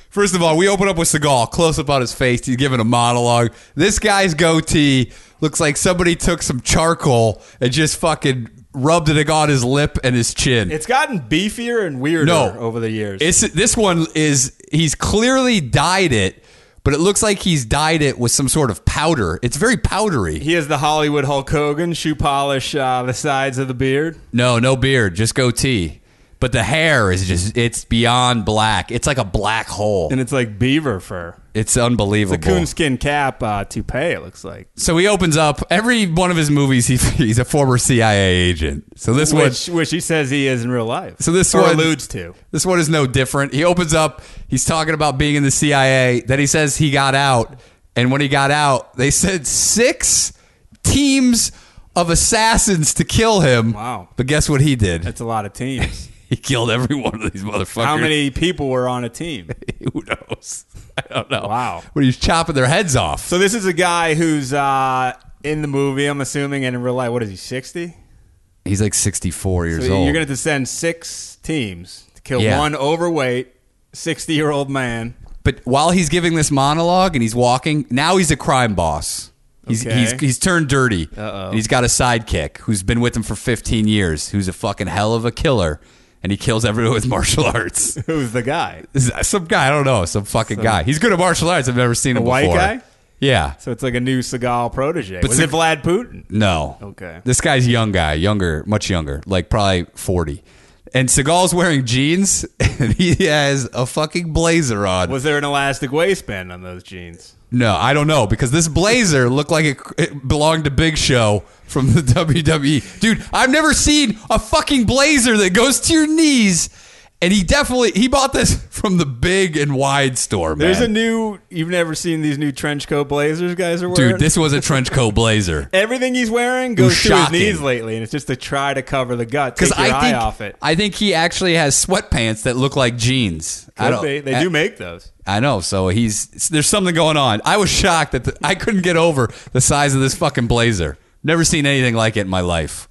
First of all, we open up with Seagal, close up on his face. He's giving a monologue. This guy's goatee looks like somebody took some charcoal and just fucking rubbed it on his lip and his chin. It's gotten beefier and weirder No. over the years. It's this one is he's clearly dyed it, but it looks like he's dyed it with some sort of powder. It's very powdery. he is the Hollywood Hulk Hogan, shoe polish uh, the sides of the beard. No, no beard, just goatee. But the hair is just it's beyond black. It's like a black hole. And it's like beaver fur. It's unbelievable. The coonskin cap uh, toupee, it looks like. So he opens up every one of his movies. He, he's a former CIA agent. So this one, Which, which he says he is in real life. So this or one- alludes to. this one is no different. He opens up. He's talking about being in the CIA. Then he says he got out, and when he got out, they said six teams of assassins to kill him. Wow. But guess what he did? That's a lot of teams. he killed every one of these motherfuckers. How many people were on a team? Who knows? I don't know. Wow. But he's chopping their heads off. So this is a guy who's uh, in the movie, I'm assuming, and in real life, what is he, 60? he's like sixty-four years So old. you're going to have to send six teams to kill Yeah. one overweight, 60 year old man. But while he's giving this monologue and he's walking, now he's a crime boss. He's, Okay. he's, he's turned dirty. Uh-oh. And He's got a sidekick who's been with him for 15 years, who's a fucking hell of a killer, and he kills everyone with martial arts. Who's the guy? This is some guy, I don't know, some fucking guy. He's good at martial arts. I've never seen him white before. guy? Yeah. So it's like a new Seagal protege. But Was Se- it Vlad Putin? No. Okay. This guy's a young guy, younger, much younger, like probably 40. And Seagal's wearing jeans, and he has a fucking blazer on. Was there an elastic waistband on those jeans? No, I don't know because this blazer looked like it, it belonged to Big Show from the WWE. Dude, I've never seen a fucking blazer that goes to your knees. And he definitely he bought this from the big and wide store, man. There's a new. You've never seen these new trench coat blazers guys are wearing. Dude, this was a trench coat blazer. everything he's wearing goes to his shocking. knees lately, and it's just to try to cover the gut. Take Because your I eye think off it. I think he actually has sweatpants that look like jeans. I Could don't. be. They I- do make those. I know. So he's there's something going on. I was shocked that the, I couldn't get over the size of this fucking blazer. Never seen anything like it in my life.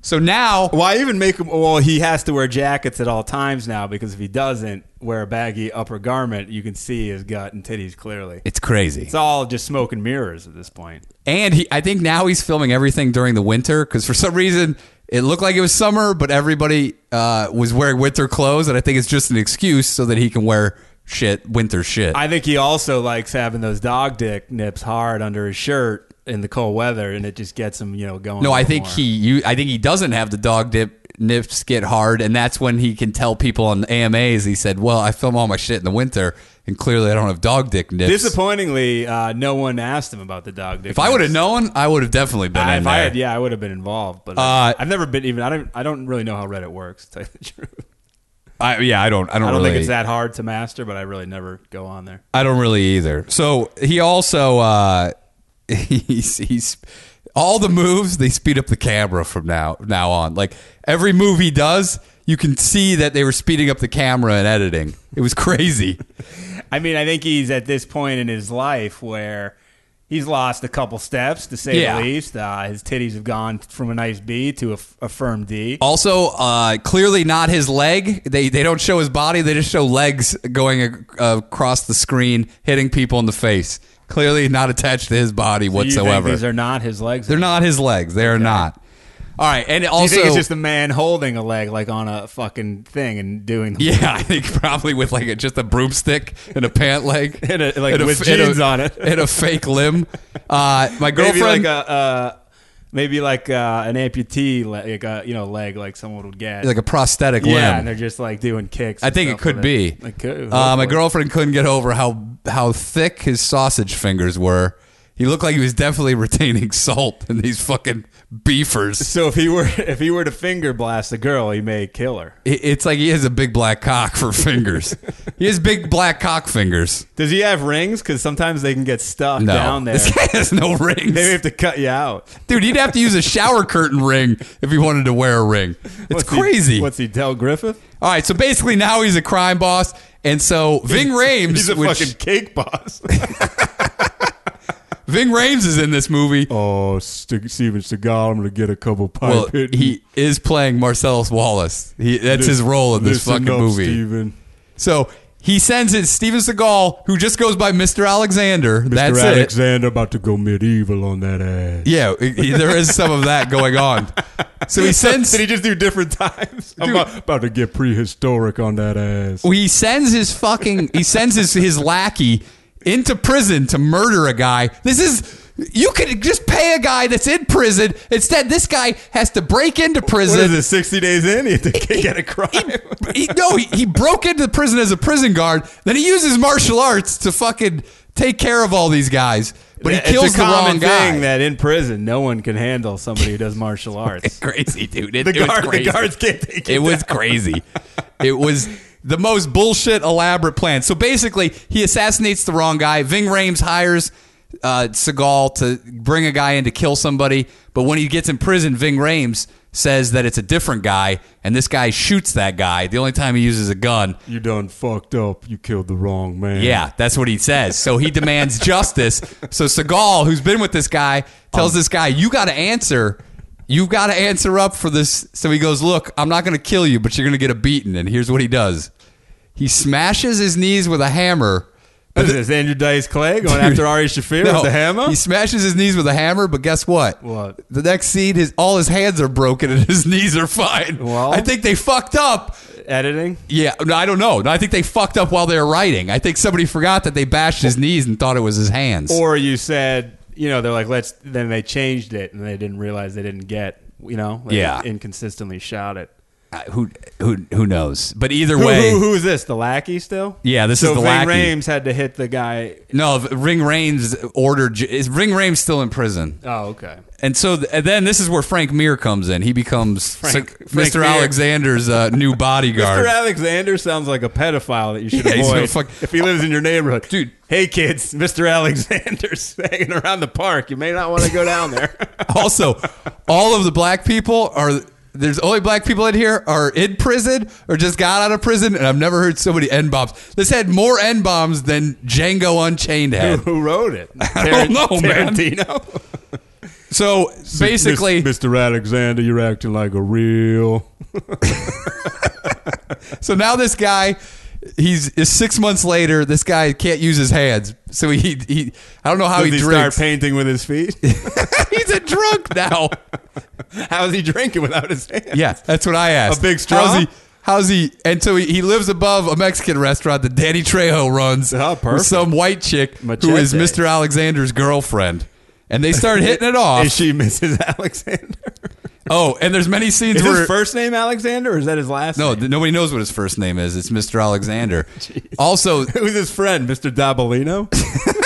So now Why even make him? Well, he has to wear jackets at all times now because if he doesn't wear a baggy upper garment, you can see his gut and titties clearly. It's crazy. It's all just smoke and mirrors at this point. And he, I think now he's filming everything during the winter because for some reason It looked like it was summer, but everybody uh, was wearing winter clothes, and I think it's just an excuse so that he can wear shit, winter shit. I think he also likes having those dog dick nips hard under his shirt in the cold weather, and it just gets him, you know, going. no, a I little think more. he. You, I think he doesn't have the dog dip nips get hard, and that's when he can tell people on AMAs. He said, "Well, I film all my shit in the winter, and clearly I don't have dog dick nips." Disappointingly, uh, no one asked him about the dog dick. if I would have known, I would have definitely been in if I there. had, yeah, I would have been involved. But uh, Uh, I've never been even. I don't. I don't really know how Reddit works. To tell you the truth, I, yeah, I don't. I don't. I don't really, think it's that hard to master, but I really never go on there. I don't really either. So he also uh, he's, he's all the moves they speed up the camera from now now on. Like every move he does, you can see that they were speeding up the camera and editing. It was crazy. I mean, I think he's at this point in his life where he's lost a couple steps, to say Yeah. the least. Uh, his titties have gone from a nice B to a, f- a firm D. also, uh, clearly not his leg. They they don't show his body. They just show legs going ac- across the screen, hitting people in the face. Clearly not attached to his body Do you think whatsoever. these are not his legs. They're not his legs. They are not. All right, and Do you also think it's just a man holding a leg like on a fucking thing and doing the Yeah, I think probably with like a, just a broomstick and a pant leg And a- like with and jeans on it. and a fake limb. Uh, my maybe girlfriend, like a uh, maybe like uh, an amputee le- like a you know leg like someone would get like a prosthetic yeah and limb. they're just like doing kicks. I and think it stuff could with be. It could. Uh, my hopefully. girlfriend couldn't get over how how thick his sausage fingers were. He looked like he was definitely retaining salt in these fucking beefers. So if he were if he were to finger blast a girl, he may kill her. It- It's like he has a big black cock for fingers. he has big black cock fingers. Does he have rings? Because sometimes they can get stuck No, down there. this guy has no rings. They have to cut you out. Dude, he'd have to use a shower curtain ring if he wanted to wear a ring. It's What's he- crazy. what's he tell Griffith? All right, so basically now he's a crime boss, and so Ving Rhames, He's a which- fucking cake boss. Ving Rhames is in this movie. oh, St- Steven Seagal, I'm gonna get a couple pipe well, hitting. he is playing Marcellus Wallace. He, that's his role in this Listen fucking up, movie. Steven. So he sends his Steven Seagal, who just goes by Mr. Alexander. that's Mr. it. Alexander about to go medieval on that ass. Yeah, he- there is some of that going on. So he sends Did he just do different times? I'm Dude. about, about to get prehistoric on that ass. Well, he sends his fucking he sends his his lackey into prison to murder a guy. This is you could just pay a guy that's in prison. Instead, this guy has to break into What is prison. it? Sixty days in, he had to get a crime. He, no, he, he broke into the prison as a prison guard. Then he uses martial arts to fucking take care of all these guys. But he It's a kills the common wrong guy. thing that in prison no one can handle somebody who does martial arts. crazy dude. It, the it was guard, the crazy. guards can't take It was crazy. It was the most bullshit elaborate plan. So basically, he assassinates the wrong guy. Ving Rhames hires uh, Seagal to bring a guy in to kill somebody, but when he gets in prison, Ving Rhames says that it's a different guy, and this guy shoots that guy. The only time he uses a gun. You done fucked up. You killed the wrong man. Yeah, that's what he says. So he demands justice. So Seagal, who's been with this guy, tells Um, this guy, "You got to answer. You've got to answer up for this." So he goes, "Look, I'm not going to kill you, but you're going to get a beating." And here's what he does: he smashes his knees with a hammer. What is this Andrew Dice Clay going after Ari Shafir No, with the hammer? He smashes his knees with a hammer, but guess what? What? The next scene, his all his hands are broken and his knees are fine. Well- I think they fucked up. Editing. Yeah, no, I don't know. No, I think they fucked up while they were writing. I think somebody forgot that they bashed his knees and thought it was his hands. Or you said, you know, they're like, let's. Then they changed it, and they didn't realize they didn't get. You know, they Yeah. inconsistently shout it. Uh, who who who knows? But either Who, way, who, who is this? The lackey still? Yeah, this so is the Ving lackey. Rhames had to hit the guy. no. Ring Rames ordered. J- Is Ring Rames still in prison? Oh, okay. And so th- and then this is where Frank Mir comes in. He becomes Frank- Sir- Frank Mr. Mir. Alexander's uh, new bodyguard. Mr. Alexander sounds like a pedophile that you should Yeah, he's avoid gonna fuck- if he lives in your neighborhood. Dude. Hey, kids, Mr. Alexander's hanging around the park. You may not want to go down there. also, all of the black people are. There's only black people in here are in prison or just got out of prison, and I've never heard so many n bombs. This had more n bombs than Django Unchained had. Who wrote it? I don't know, man. Tarantino? So basically, Mr. Alexander, you're acting like a real. So now this guy, he's is six months later. This guy can't use his hands, so he Oh, he. I don't know how Does he, he start drinks. painting with his feet? he's a drunk now. How's he drinking without his hands? Yeah, that's what I asked. A big straw? How's he? How's he? And so he, he lives above a Mexican restaurant that Danny Trejo runs Oh, perfect. with some white chick who Machete. is Mr. Alexander's girlfriend, and they start hitting it off. Is she Mrs. Alexander? oh, and there's many scenes Is where his first name Alexander or is that his last no, name? th- nobody knows what his first name is. It's Mr. Alexander. Also, Who's his friend? Mr. Dabalino?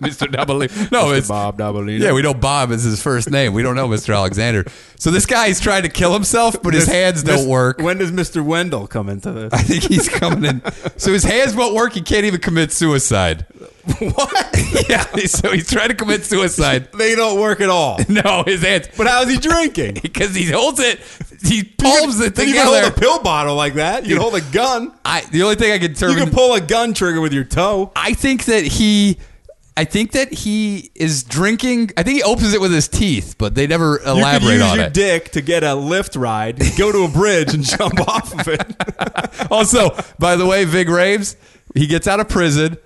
Mr. Dabalino. E. No, Oh, it's Bob Dabalino. Yeah, we know Bob is his first name. We don't know Mr. Alexander. So this guy's trying to kill himself, but his Miss- hands don't Miss- work. When does Mr. Wendell come into I this? think he's coming in. So his hands won't work. He can't even commit suicide. What? yeah. So he's trying to commit suicide. they don't work at all. No, his hands. But how's he drinking? Because he holds it, he palms it You can together. hold a pill bottle like that. You can hold a gun. I, the only thing I can You determine. can pull a gun trigger with your toe. I think that he. I think that he is drinking. I think he opens it with his teeth, but they never you could elaborate use on your it. dick to get a lift ride, go to a bridge, and jump off of it. Also, by the way, Vig Raves, he gets out of prison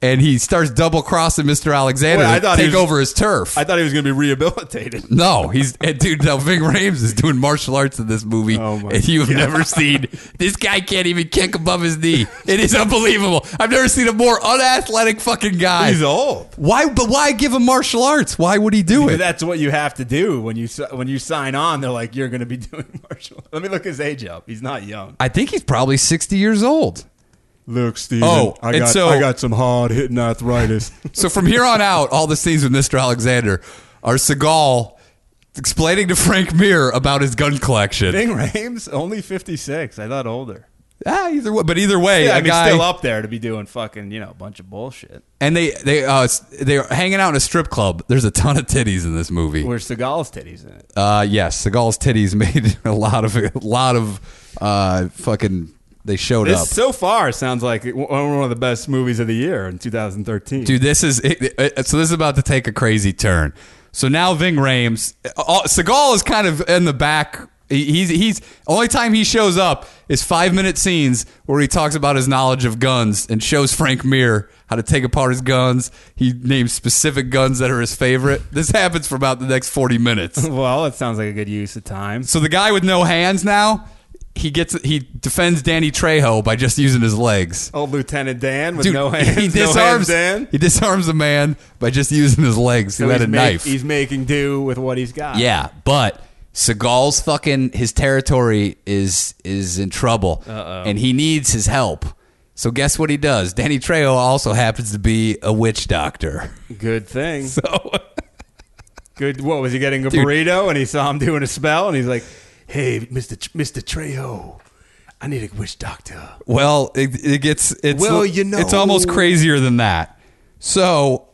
and he starts double crossing Mr. Alexander Wait, I to thought he take was- over his turf. I thought he was going to be rehabilitated. no, he's and dude. Now Vig Raves is doing martial arts in this movie, Oh my and you've never seen this guy can't even kick above his knee. It is unbelievable. I've never seen a more unathletic fucking guy. He's old. why? But why give him martial arts? Why would he do it? That's what you have to do when you si- when you sign on. They're like, you're going to be doing martial. Let me look his age up. He's not young. I think he's probably sixty years old. Look, Steven, Oh, I and got- so- I got some hard hitting arthritis. So from here on out, all the scenes with Mr. Alexander are Seagal explaining to Frank Mir about his gun collection. Bing Rames only fifty six. I thought older. Ah, either way, but either way, Yeah, a I mean, guy still up there to be doing fucking you know a bunch of bullshit. and they they uh s- they're hanging out in a strip club. There's a ton of titties in this movie. Where's Seagal's titties in it? Uh, yes, Seagal's titties made a lot of a lot of uh fucking. They showed This up. so far sounds like one- one of the best movies of the year in 2013. Dude, this is it, it- so. This is about to take a crazy turn. So now Ving Rhames, all, Seagal is kind of in the back. He- He's he's only time he shows up is five minute scenes where he talks about his knowledge of guns and shows Frank Mir how to take apart his guns. He names specific guns that are his favorite. This happens for about the next forty minutes. Well, it sounds like a good use of time. So the guy with no hands now he gets he defends Danny Trejo by just using his legs. Old Lieutenant Dan with Dude, no hands. he no hands, disarms Dan. he disarms a man by just using his legs. So who had he's a make- knife. He's making do with what he's got. Yeah, but Seagal's fucking his territory is is in trouble, and he needs his help. So guess what he does? Danny Trejo also happens to be a witch doctor. Good thing. So good. What was he getting a burrito? And he saw him doing a spell, and he's like, "Hey, Mister Tr- Mister Trejo, I need a witch doctor." Well, it, it gets it's Well, you know- it's almost crazier than that. So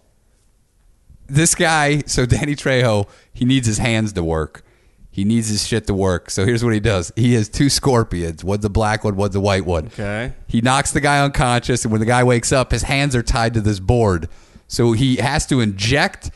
this guy, so Danny Trejo, he needs his hands to work. He needs his shit to work. So here's what he does. He has two scorpions. One's a black one, one's a white one. Okay. He knocks the guy unconscious, and when the guy wakes up, his hands are tied to this board. So he has to inject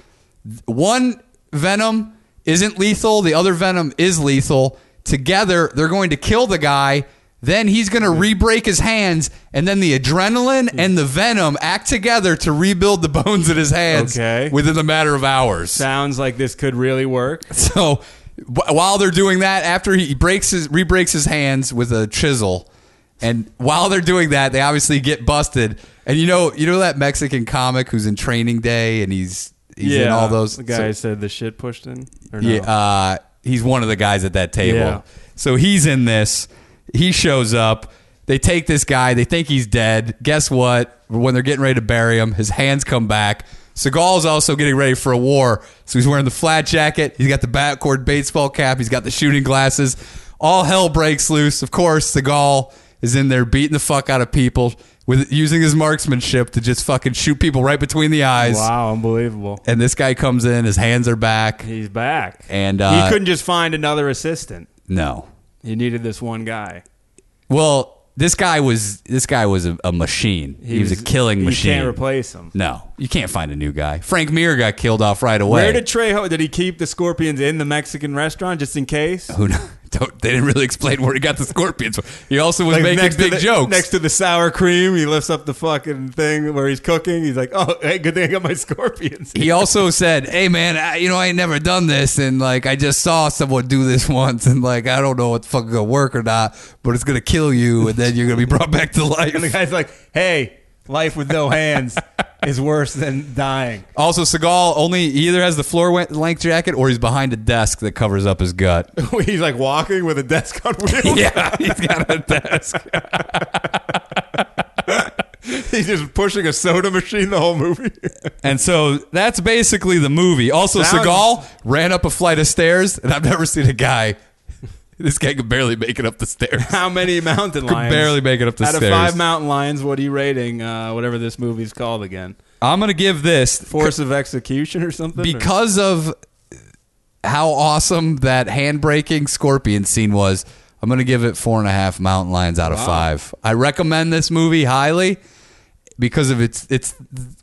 one venom isn't lethal, the other venom is lethal. Together, they're going to kill the guy. Then he's going to Hmm. re-break his hands, and then the adrenaline and the venom act together to rebuild the bones in his hands Okay. within the matter of hours. Sounds like this could really work. So wh- while they're doing that, after he breaks his re-breaks his hands with a chisel, and while they're doing that, they obviously get busted. And you know, you know that Mexican comic who's in Training Day, and he's he's in all those The guy said the shit pushed in. Or no? yeah, uh, he's one of the guys at that table. Yeah. So he's in this. He shows up. They take this guy. They think he's dead. Guess what? When they're getting ready to bury him, his hands come back. Seagal's also getting ready for a war. So he's wearing the flat jacket. He's got the backcord baseball cap. He's got the shooting glasses. All hell breaks loose. Of course, Seagal is in there beating the fuck out of people with using his marksmanship to just fucking shoot people right between the eyes. Wow, unbelievable. And this guy comes in. His hands are back. He's back. And, uh, he couldn't just find another assistant. No. He needed this one guy. Well, this guy was this guy was a, a machine. He, was, a killing machine. You can't replace him. No, you can't find a new guy. Frank Mir got killed off right away. Where did Trejo? Did he keep the scorpions in the Mexican restaurant just in case? Who kn- Don't, they didn't really explain where he got the scorpions. from. He also was making to big the, jokes. Next to the sour cream, he lifts up the fucking thing where he's cooking. He's like, "Oh, hey, good thing I got my scorpions." he also said, "Hey man, I, you know I ain't never done this, and like I just saw someone do this once, and like I don't know if it's fucking gonna work or not, but it's gonna kill you, and then you're gonna be brought back to And the life." guy's like, "Hey, life with no hands is worse than dying." Also, Seagal only he either has the floor wa- length jacket or he's behind a desk that covers up his gut. he's like walking with a desk on wheels. yeah, he's got a desk. he's just pushing a soda machine the whole movie. And so that's basically the movie. Also, Sounds- Seagal ran up a flight of stairs, and I've never seen a guy. This guy could barely make it up the stairs. How many mountain Could lions? barely make it up the Out stairs. of five mountain lions, what are you rating? Uh, whatever this movie's called again, I'm gonna give this Force of Execution or something? or- because of how awesome that handbraking scorpion scene was. I'm gonna give it four and a half mountain lions out of five. I recommend this movie highly because of its it's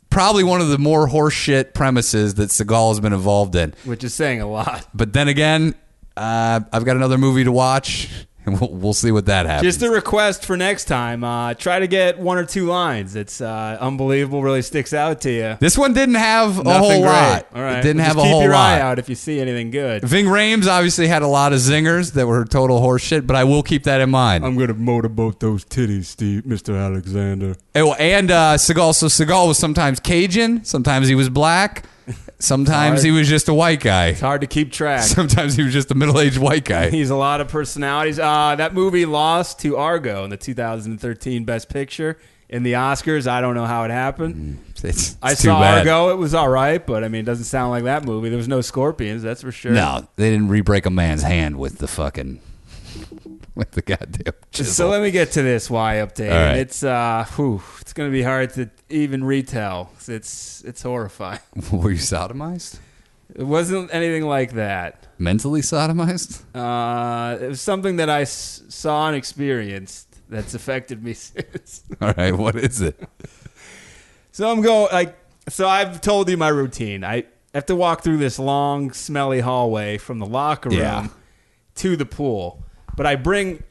probably one of the more horseshit premises that Seagal has been involved in. which is saying a lot. But then again, uh, I've got another movie to watch, and we'll, we'll see what that happens. Just a request for next time. Uh, try to get one or two lines. It's uh, unbelievable. Really sticks out to you. this one didn't have a whole Nothing great. lot. All right. It didn't Well, have just a whole Keep your lot. eye out if you see anything good. Ving Rames obviously had a lot of zingers that were total horseshit, but I will keep that in mind. Um, I'm gonna motorboat those titties, Steve, Mr. Alexander. Oh, and uh, Seagal. So Seagal was sometimes Cajun, sometimes he was black, sometimes he was just a white guy, It's hard to keep track. sometimes he was just a middle-aged white guy. He's a lot of personalities. Uh, that movie lost to Argo in the 2013 Best Picture in the Oscars. I don't know how it happened. It's, it's I too saw bad. Argo. It was all right, but I mean, it doesn't sound like that movie. There was no scorpions, that's for sure. No, they didn't re-break a man's hand with the fucking with the goddamn chisel. So let me get to this Y update. All right. It's uh, whew, it's going to be hard to even retell. It's it's horrifying. Were you sodomized? It wasn't anything like that. Mentally sodomized? Uh, it was something that I s- saw and experienced that's affected me since. All right, what is it? So I'm going like so I've told you my routine. I have to walk through this long smelly hallway from the locker room Yeah. to the pool. But I bring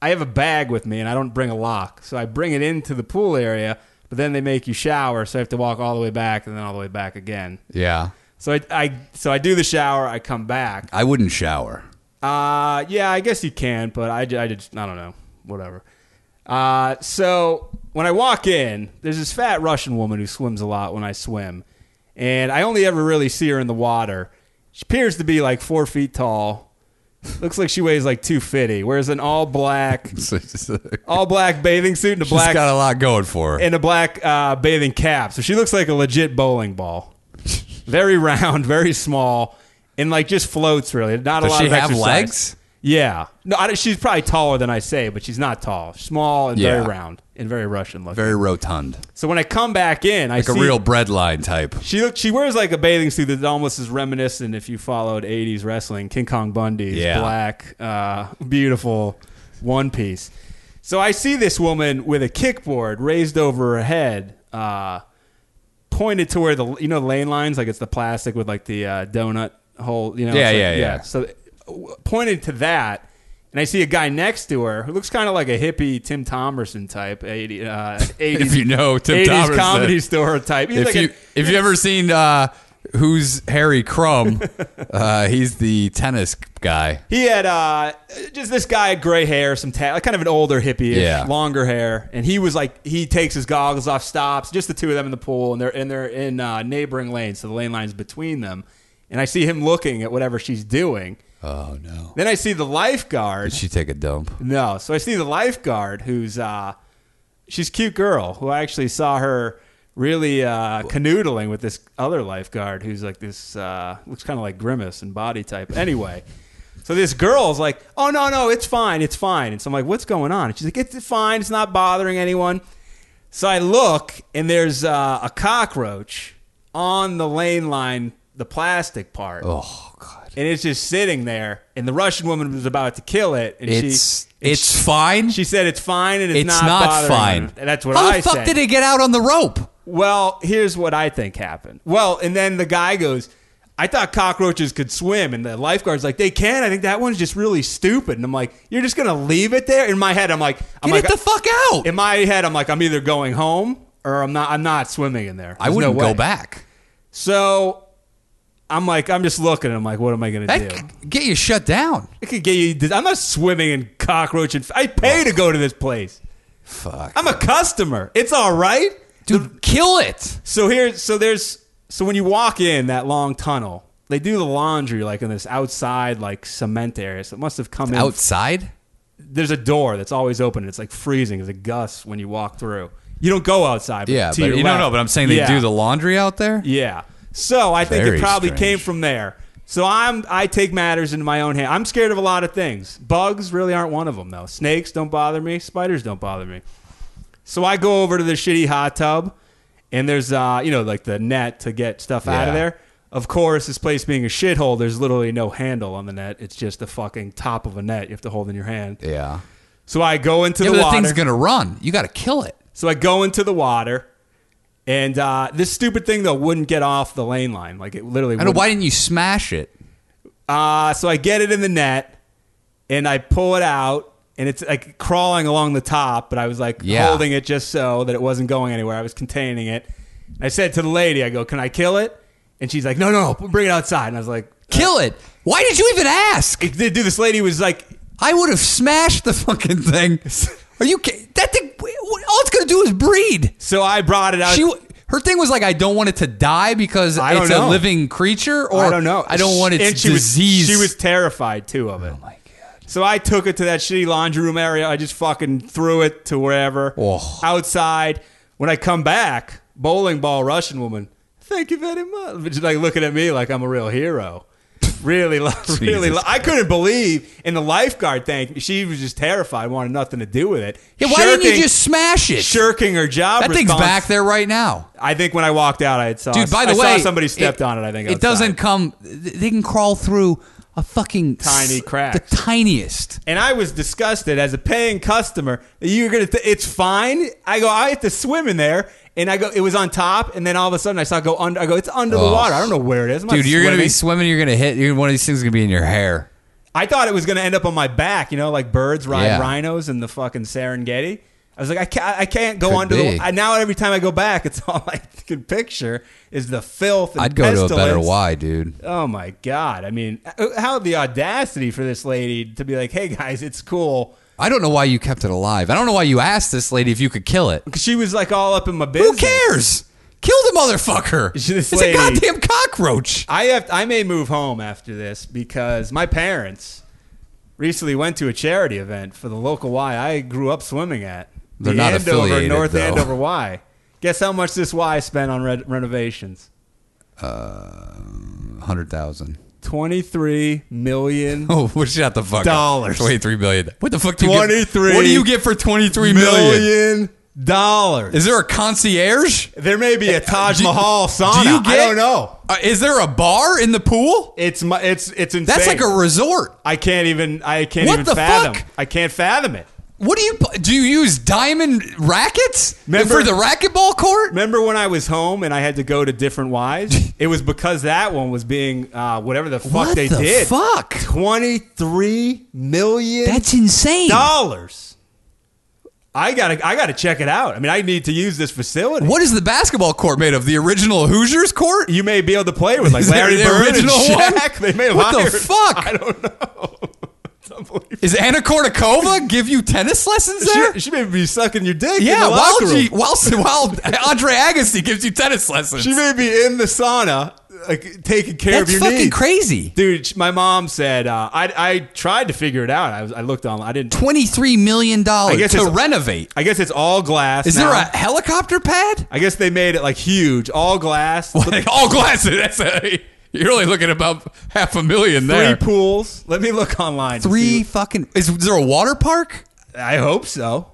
I have a bag with me and I don't bring a lock. So I bring it into the pool area, but then they make you shower, so I have to walk all the way back and then all the way back again. Yeah, So I, I so I do the shower, I come back. I wouldn't shower. Uh, yeah, I guess you can, but I, ju- I just, I don't know, whatever. Uh, so when I walk in, there's this fat Russian woman who swims a lot when I swim, and I only ever really see her in the water. She appears to be like four feet tall. Looks like she weighs like 250, wears an all black, So it's just- all black bathing suit and a she's black got a lot going for her. and a black uh, bathing cap. So she looks like a legit bowling ball. Very round, very small, and like just floats really. Not a Does lot she of have exercise. legs? Yeah. No, I, don't- she's probably taller than I say, but she's not tall. Small and very Yeah. round and very Russian looking. Very rotund, so when I come back in, I like a see real breadline type. she look she wears like a bathing suit that almost is reminiscent if you followed 80s wrestling, King Kong Bundy's Yeah. black uh, beautiful one piece. So I see this woman with a kickboard raised over her head uh, pointed to where the you know the lane lines like it's the plastic with like the uh, donut hole you know Yeah, it's like- yeah, yeah. so w- pointed to that and I see a guy next to her who looks kind of like a hippie Tim Thomerson type 80, uh, 80s, If you know Tim 80s Thomerson. comedy store type He's if like a- you if you ever seen uh, who's Harry Crumb, uh, he's the tennis guy. He had uh, just this guy had gray hair, some ta- like kind of an older hippie, Yeah. longer hair, and he was like he takes his goggles off, stops, just the two of them in the pool, and they're and they're in uh, neighboring lanes, so the lane lines between them, and I see him looking at whatever she's doing. Oh no! Then I see the lifeguard. Did she take a dump? No. So I see the lifeguard who's uh she's a cute girl who I actually saw her really uh canoodling with this other lifeguard who's like this uh looks kind of like grimace and body type. Anyway, so this girl's like, "Oh no, no, it's fine. It's fine." And so I'm like, "What's going on?" And she's like, "It's fine. It's not bothering anyone." So I look and there's uh, a cockroach on the lane line, the plastic part Oh god! and it's just sitting there. And the Russian woman was about to kill it, and It's she and it's she, fine. she said it's fine and it's, it's not, not, bothering fine. her. And that's what How I the fuck said. did it get out on the rope? well, here's what I think happened. Well, and then the guy goes, I thought cockroaches could swim, and the lifeguard's like, they can. I think that one's just really stupid. And I'm like, you're just gonna leave it there? In Oh my head, I'm like, I'm Get like, it the fuck out. in my head, I'm like, I'm either going home or I'm not. I'm not swimming in there. I There's no wouldn't way. go back. So I'm like, I'm just looking. I'm like, what am I gonna That do? could get you shut down. It could get you. I'm not swimming in cockroach. And I pay to go to this place. Fuck. I'm a customer. It's all right. Dude, kill it. So here, so there's, so when you walk in that long tunnel, they do the laundry like in this outside like cement area. So it must have come in. Outside? There's a door that's always open. It's like freezing. There's a gust when you walk through. You don't go outside. But Yeah, to but your you left. don't know, but I'm saying they Yeah. do the laundry out there? Yeah. So I think Very it probably strange. came from there. So I'm I take matters into my own hand. I'm scared of a lot of things. Bugs really aren't one of them though. Snakes don't bother me. Spiders don't bother me. So I go over to the shitty hot tub, and there's uh you know like the net to get stuff out of Yeah. there. Of course, this place being a shithole, there's literally no handle on the net. It's just the fucking top of a net you have to hold in your hand. Yeah. So I go into Yeah, the but the water. thing's going to run. You got to kill it. So I go into the water, and uh, this stupid thing though wouldn't get off the lane line. Like it literally. I don't know. wouldn't. Why didn't you smash it? Uh, so I get it in the net, and I pull it out, and it's like crawling along the top. But I was like Yeah. holding it just so that it wasn't going anywhere. I was containing it. I said to the lady, "I go, can I kill it?" And she's like, "No, no, no bring it outside." And I was like, Kill it. Why did you even ask? "Dude, this lady was like." I would have smashed the fucking thing. Are you kidding? That thing, all it's going to do is breed. So I brought it out. She, her thing was like, I don't want it to die because I don't it's a know. living creature, or I don't know. I don't want its And she disease. Was, she was terrified too of it. Oh my God. So I took it to that shitty laundry room area. I just fucking threw it to wherever. Oh. Outside. When I come back, bowling ball Russian woman. Thank you very much. But She's like looking at me like I'm a real hero. Really, lo- really. Lo- I couldn't believe. And the lifeguard thing, she was just terrified, wanted nothing to do with it. Yeah, why didn't you just smash it? shirking her job? that thing's respons- back there right now. I think when I walked out, Oh, I saw. Dude, by the I way, saw somebody stepped on it. I think it outside. doesn't come. They can crawl through a fucking Tiny s- crack. the tiniest. and I was disgusted as a paying customer. that You're gonna, th- it's fine. I go, I have to swim in there, and I go, it was on top, and then all of a sudden I saw it go under. I go, it's under the Ugh. water. I don't know where it is. I'm not Oh. Dude, you're gonna be swimming. swimming. You're gonna hit. You're, one of these things is gonna be in your hair. I thought it was gonna end up on my back. You know, like birds ride Yeah. rhinos in the fucking Serengeti. I was like, I can't, I can't go Could under. be. The, I, now every time I go back, it's all I can picture is the filth. And I'd go to a better pestilence. Y, dude. Oh my god! I mean, uh, how the audacity for this lady to be like, "Hey guys, it's cool." I don't know why you kept it alive. I don't know why you asked this lady if you could kill it. 'Cause She was like all up in my Who business. cares? Kill the motherfucker. This It's a lady- goddamn cockroach. I have. I may move home after this because my parents recently went to a charity event for the local Y I grew up swimming at. They're not Andover, affiliated, North though. Andover Y. Guess how much this Y spent on re- renovations? Hundred thousand. Twenty-three million Oh, we shut the fuck up. Dollars. Twenty-three million. What the fuck? Do you get- 23 What do you get for twenty-three million? million dollars. Is there a concierge? There may be a Taj Do- Mahal sauna. do you get- I don't know. Uh, is there a bar in the pool? It's my, it's it's insane. That's like a resort. I can't even. I can't What even the fathom. fuck? I can't fathom it. What do you do? You use diamond rackets Remember- for the racquetball court? Remember when I was home and I had to go to different Ys? it was because that one was being uh, whatever the fuck what they the did. fuck? Twenty three million That's insane. dollars. I gotta, I gotta check it out. I mean, I need to use this facility. What is the basketball court made of? The original Hoosiers court? You may be able to play with like Is that Larry the Bird and original one? Shaq. They may have What the hired- fuck? I don't know. It's unbelievable. Is Anna Kournikova give you tennis lessons there? She, she may be sucking your dick. in yeah, the while, locker room. she, while, while Andre Agassi gives you tennis lessons. She may be in the sauna, like taking care That's of your fucking needs. crazy. dude. sh- My mom said uh, I I tried to figure it out. I was I looked on. I didn't. $23 million guess to it's- renovate. I guess it's all glass. Is there now. a helicopter pad? I guess they made it like huge, all glass. Like, all glasses. That's a, you're only looking at about half a million Three there. pools. Let me look online. to Three see- fucking. Is, is there a water park? I hope so.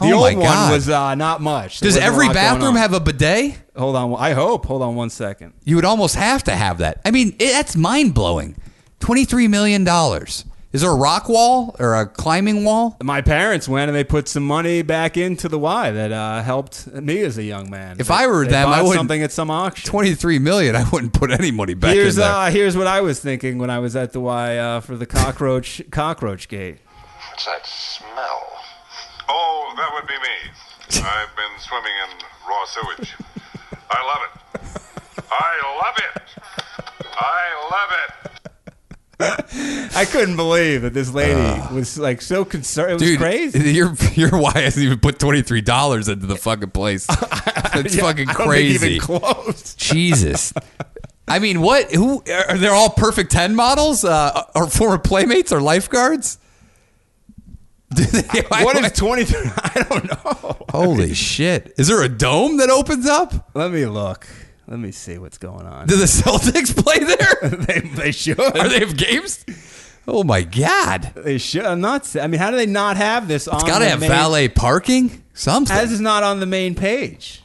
The Oh old my God. one was uh, not much. There Does wasn't a every lot going bathroom on. have a bidet? Hold on. I hope. Hold on one second. You would almost have to have that. I mean, it, that's mind blowing. Twenty three million dollars Is there a rock wall or a climbing wall? My parents went and they put some money back into the Y that uh, helped me as a young man. If They- I were they them, I bought would- something at some auction. Twenty-three million. I wouldn't put any money back Here's in there. uh, here's what I was thinking when I was at the Y uh, for the cockroach cockroach gate. What's that smell? Oh, that would be me. I've been swimming in raw sewage. I love it. I love it. I love it. I couldn't believe that this lady was like so concerned. It was Ah. Dude, crazy. Your your wife hasn't even put twenty three dollars into the fucking place. That's Yeah, fucking I don't crazy. Think even close. Jesus. I mean, what? Who are are they? All perfect ten models? Uh, are former playmates or lifeguards? Do they, What is twenty? I don't know. holy shit? Is there a dome that opens up? Let me look. Let me see what's going on. Do the Celtics play there? they, they should. Are they have games? Oh my god! They should. I'm not. sa- I mean, how do they not have this? on It's got to the have main, valet parking. Something. Oh, As is not on the main page.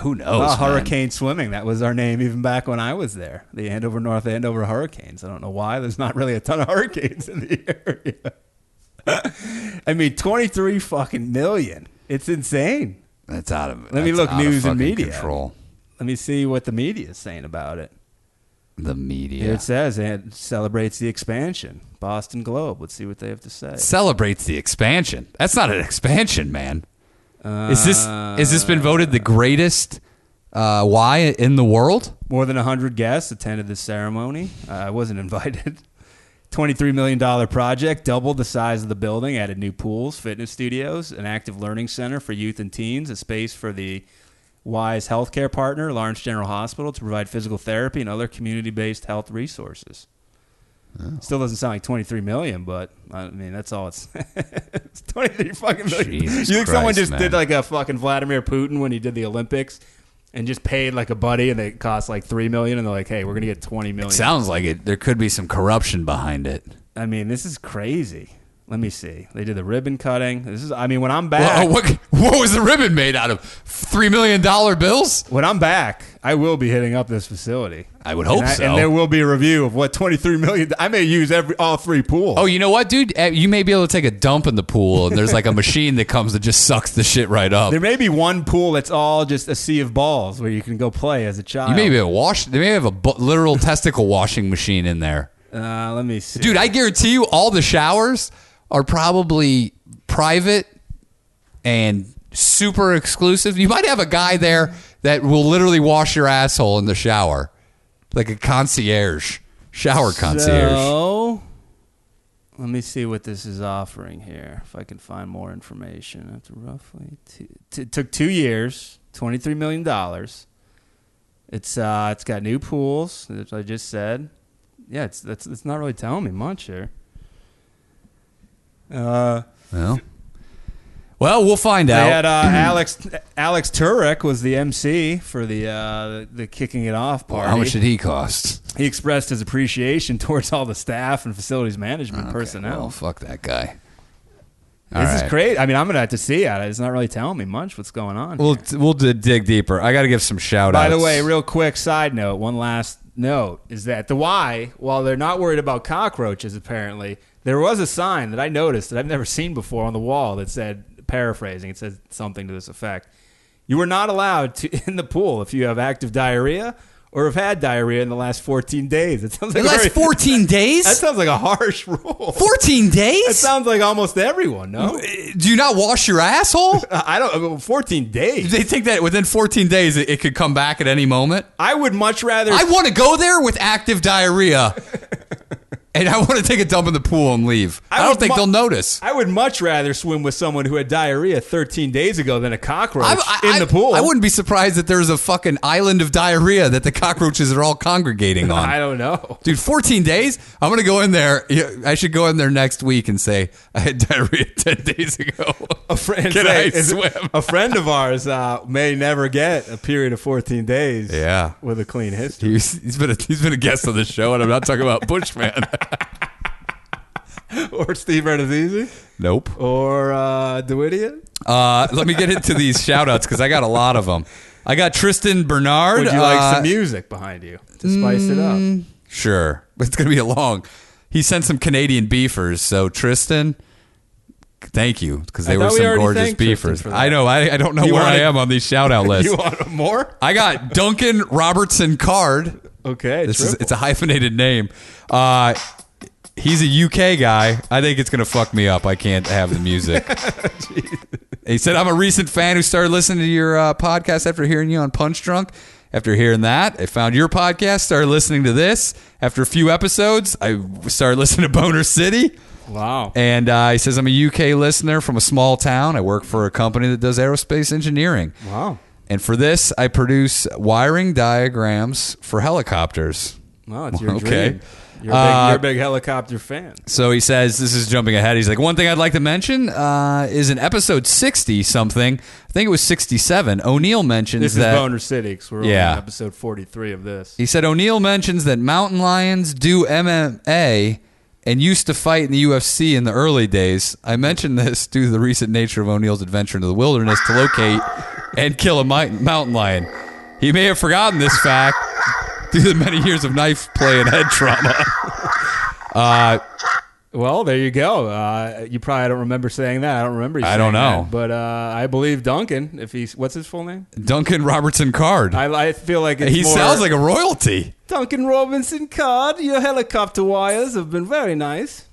Who knows? Uh, man? Hurricane swimming. That was our name even back when I was there. The Andover North Andover Hurricanes. I don't know why. There's not really a ton of hurricanes in the area. I mean, 23 fucking million. It's insane. That's out of. Let me that's look out of news and fucking media. Control Let me see what the media is saying about it. Here the media it says it celebrates the expansion. Boston Globe. Let's see what they have to say. celebrates the expansion. That's not an expansion, man. is this is this been voted the greatest uh, Y in the world? More than 100 guests attended this ceremony. Uh, I wasn't invited. $23 million project, doubled the size of the building, added new pools, fitness studios, an active learning center for youth and teens, a space for the WISE healthcare partner, Lawrence General Hospital, to provide physical therapy and other community based health resources. Oh. Still doesn't sound like 23 million, but I mean, that's all it's. it's 23 fucking million. Jesus you think someone Christ, just man. did like a fucking Vladimir Putin when he did the Olympics and just paid like a buddy and it cost like 3 million and they're like, hey, we're going to get 20 million. Sounds like it. There could be some corruption behind it. I mean, this is crazy. Let me see. They did the ribbon cutting. This is, I mean, when I'm back, Well, what, what was the ribbon made out of? Three million dollar bills? when I'm back, I will be hitting up this facility. I would hope and so. And there will be a review of what 23 million. I may use every all three pools. Oh, you know what, dude? Uh, You may be able to take a dump in the pool, and there's like a machine that comes that just sucks the shit right up. There may be one pool that's all just a sea of balls where you can go play as a child. You may be able to wash. They may have a bu- literal testicle washing machine in there. Uh, let me see. Dude, I guarantee you all the showers are probably private and super exclusive. You might have a guy there that will literally wash your asshole in the shower. Like a concierge. Shower concierge. So, let me see what this is offering here. If I can find more information, after roughly two, t- it took two years, twenty three million dollars. It's uh, it's got new pools, as I just said. Yeah, it's that's it's not really telling me much here. Uh, well, well, we'll find they out. had uh, Alex Alex Turek was the MC for the uh, the kicking it off party. How much did he cost? he expressed his appreciation towards all the staff and facilities management Okay, personnel. Well, fuck that guy. All This right. is great. I mean, I'm gonna have to see it. It's not really telling me much what's going on. We'll here. we'll d- dig deeper. I got to give some shout By outs. the way, real quick side note, one last note is that the Y, while they're not worried about cockroaches, apparently there was a sign that I noticed that I've never seen before on the wall that said, paraphrasing, it said something to this effect: "You were not allowed to in the pool if you have active diarrhea or have had diarrhea in the last 14 days." It sounds like the a last very- 14 That days? sounds like a harsh rule. 14 That days? sounds like almost everyone. Mm, No, Do you not wash your asshole? I don't. 14 days. they think that within 14 days it, it could come back at any moment. I would much rather. I want to go there with active diarrhea, and I want to take a dump in the pool and leave. I, don't would think mu- they'll notice. I would much rather swim with someone who had diarrhea 13 days ago than a cockroach I'm- I- in I- the pool. I wouldn't be surprised that there's a fucking island of diarrhea that the cockroaches are all congregating on. I don't know. Dude, 14 days? I'm going to go in there. yeah, I should go in there next week and say, I had diarrhea 10 days ago. A friend, Can I is- swim? a friend of ours uh, may never get a period of 14 days. Yeah. with a clean history. He's, he's been a, he's been a guest on the show, and I'm not talking about Bushman. or Steve Renazizi, nope. or uh, Dwidian. Uh, let me get into these shout outs because I got a lot of them. I got Tristan Bernard. Would you like uh, mm. some music behind you to spice it up? Sure. It's going to be a long. He sent some Canadian beefers. So Tristan, thank you because they were thought we some already gorgeous thanked Tristan beefers. for that. I know. I, I don't know You where I wanted- am on these shout out lists. You want more? I got Duncan Robertson Card. Okay. This is triple. it's a hyphenated name. Uh, he's a UK guy. I think it's gonna fuck me up. I can't have the music. he said, "I'm a recent fan who started listening to your uh, podcast after hearing you on Punch Drunk. After hearing that, I found your podcast, started listening to this. After a few episodes, I started listening to Boner City." wow. And uh, he says, I'm a UK listener from a small town. I work for a company that does aerospace engineering. Wow. And for this, I produce wiring diagrams for helicopters. Wow, it's your Okay. dream. You're a, big, Uh, you're a big helicopter fan. So he says, this is jumping ahead. He's like, one thing I'd like to mention uh, is in episode 60 something, I think it was 67, O'Neill mentions This is that. Boner City 'cause we're Yeah. on episode 43 of this. He said, O'Neill mentions that mountain lions do MMA and used to fight in the UFC in the early days. I mentioned this due to the recent nature of O'Neill's adventure into the wilderness to locate and kill a mi- mountain lion. He may have forgotten this fact due to the many years of knife play and head trauma. Well, there you go. Uh, you probably don't remember saying that. I don't remember. You I don't saying that, know. but uh, I believe Duncan. If he's what's his full name? Duncan Robertson Card. I, I feel like it's he more- sounds like a royalty. Duncan Robinson Card. Your helicopter wires have been very nice.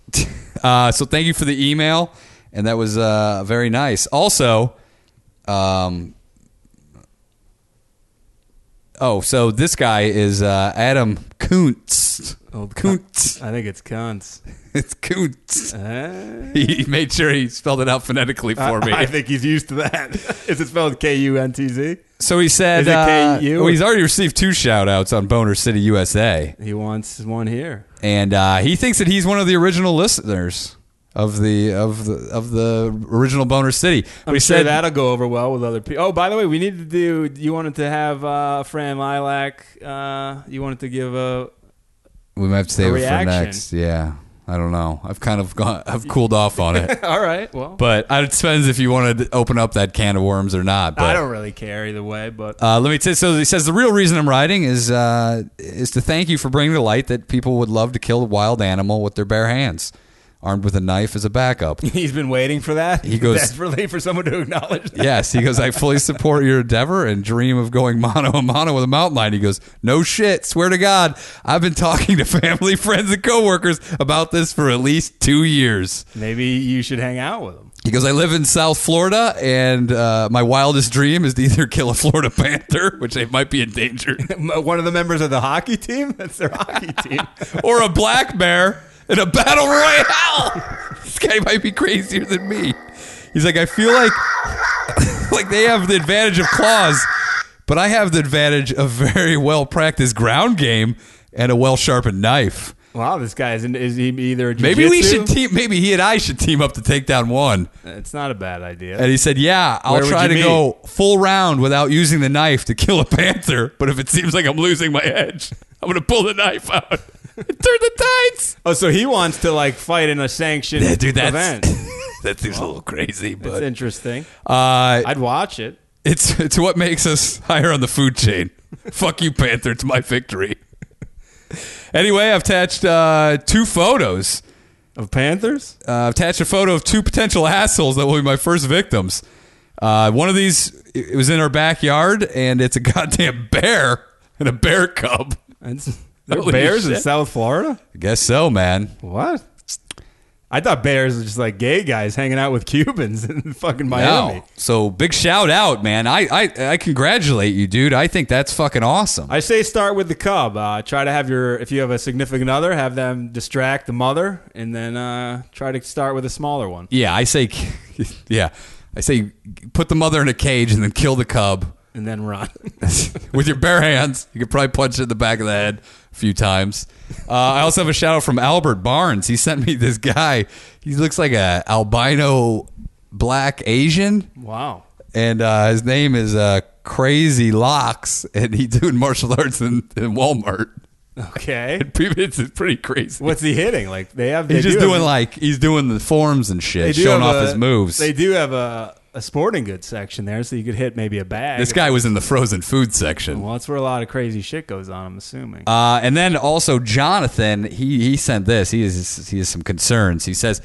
Uh, so thank you for the email, and that was uh, very nice. Also, um, oh, so this guy is uh, Adam Kuntz. Oh, Kuntz. I think it's cunts. It's Kuntz. Uh, He made sure he spelled it out phonetically for me. I think he's used to that. is it spelled K U N T Z? so he said, Is it uh, KU? well, he's already received two shout outs on Boner City USA, He wants one here. and uh, he thinks that he's one of the original listeners. Of the of the of the original Boner City, but I'm he sure said that'll go over well with other people. Oh, by the way, we need to do. You wanted to have uh, Fran Lilac. Uh, you wanted to give a. We might have to save it for reaction. next. Yeah. I don't know. I've kind of gone I've cooled off on it. All right. Well, But it depends if you want to open up that can of worms or not. But I don't really care either way. But uh, let me tell. So he says the real reason I'm writing is uh, is to thank you for bringing to light that people would love to kill a wild animal with their bare hands, armed with a knife as a backup. he's been waiting for that. He goes- desperately for someone to acknowledge that. yes, he goes. I fully support your endeavor and dream of going mono a mono with a mountain lion. He goes, no shit, swear to God, I've been talking to family, friends, and coworkers about this for at least two years. Maybe you should hang out with him. He goes, I live in South Florida, and uh, my wildest dream is to either kill a Florida panther, which they might be endangered, One of the members of the hockey team. That's their hockey team. or a black bear in a battle royale. this guy might be crazier than me. He's like, I feel like like they have the advantage of claws, but I have the advantage of very well practiced ground game and a well sharpened knife. Wow, this guy is, is he either a Maybe we jiu-jitsu? should team. Maybe he and I should team up to take down one. It's not a bad idea. And he said, "Yeah, I'll Where would try to you meet? go full round without using the knife to kill a panther. But if it seems like I'm losing my edge, I'm going to pull the knife out, and turn the tides." Oh, so he wants to like fight in a sanctioned Yeah, dude, event. that's that seems a little crazy, That's but interesting. uh, I'd watch it. it's it's what makes us higher on the food chain. Fuck you, panther! It's my victory. Anyway, I've attached uh, two photos. Of Panthers? uh, attached a photo of two potential assholes that will be my first victims. Uh, one of these, it it was in our backyard, and it's a goddamn bear and a bear cub. It's, there are Holy bears in shit. South Florida? I guess so, man. What? I thought bears were just like gay guys hanging out with Cubans in fucking Miami. Wow. So big shout out, man. I, I I congratulate you, dude. I think that's fucking awesome. I say start with the cub. Uh, try to have your, if you have a significant other, have them distract the mother, and then uh, try to start with a smaller one. yeah, I say, yeah, I say, put the mother in a cage and then kill the cub And then run. with your bare hands. You could probably punch it in the back of the head a few times. Uh, I also have a shout out from Albert Barnes. He sent me this guy. He looks like a albino black Asian, wow. and uh, his name is uh, Crazy Locks, and he's doing martial arts in, in Walmart. Okay. It's pretty crazy. What's he hitting? Like they have. They He's just do have- doing like he's doing the forms and shit, do showing have off a- his moves. They do have a a sporting goods section there, so you could hit maybe a bag. This guy was in the frozen food section. Well, that's where a lot of crazy shit goes on. I'm assuming. Uh, and then also Jonathan, he, he sent this. He is he has some concerns. He says,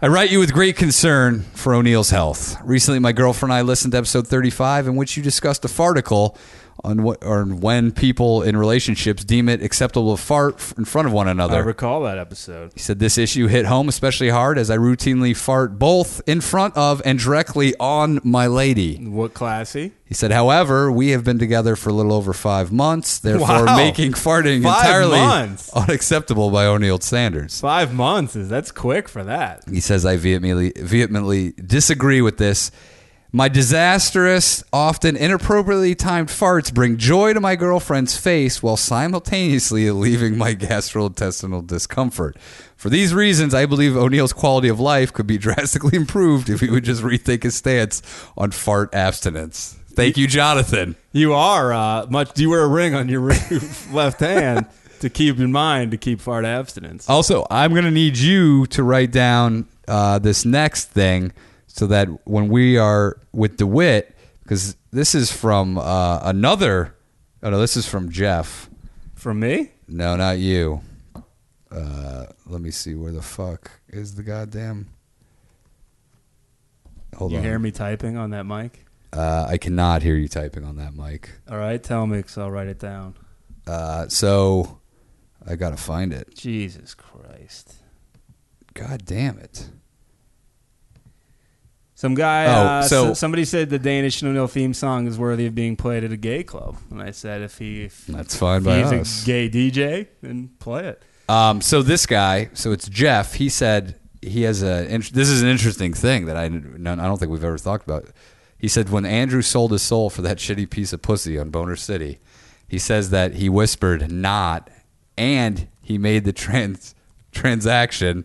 "I write you with great concern for O'Neill's health. Recently, my girlfriend and I listened to episode 35, in which you discussed a farticle on what or when people in relationships deem it acceptable to fart f- in front of one I another. recall that episode. He said this issue hit home especially hard as I routinely fart both in front of and directly on my lady. What E? classy? He said, however, we have been together for a little over five months, therefore Wow. making farting Five entirely months. unacceptable by O'Neill standards. Five months is that's quick for that. He says, I vehemently, vehemently disagree with this. My disastrous, often inappropriately timed farts bring joy to my girlfriend's face while simultaneously alleviating my gastrointestinal discomfort. For these reasons, I believe O'Neill's quality of life could be drastically improved if he would just rethink his stance on fart abstinence. Thank you, Jonathan. You are uh, much. You wear a ring on your ring- left hand to keep in mind to keep fart abstinence. Also, I'm going to need you to write down uh, this next thing so that when we are with DeWitt, because this is from uh, another. Oh, no, this is from Jeff. From me, No, not you. Uh, let me see. Where the fuck is the goddamn. Hold you on. hear me typing on that mic. Uh, I cannot hear you typing on that mic. All right, tell me, cause I'll write it down. Uh, so I got to find it. Jesus Christ! God damn it. Some guy. Oh, uh, so- so somebody said the Danish No No theme song is worthy of being played at a gay club, and I said if he if That's fine by he's us. a gay DJ, then play it. Um, so this guy, so it's Jeff. He said he has a. int- This is an interesting thing that I no, I don't think we've ever talked about. He said when Andrew sold his soul for that shitty piece of pussy on Boner City, he says that he whispered not, and he made the trans transaction.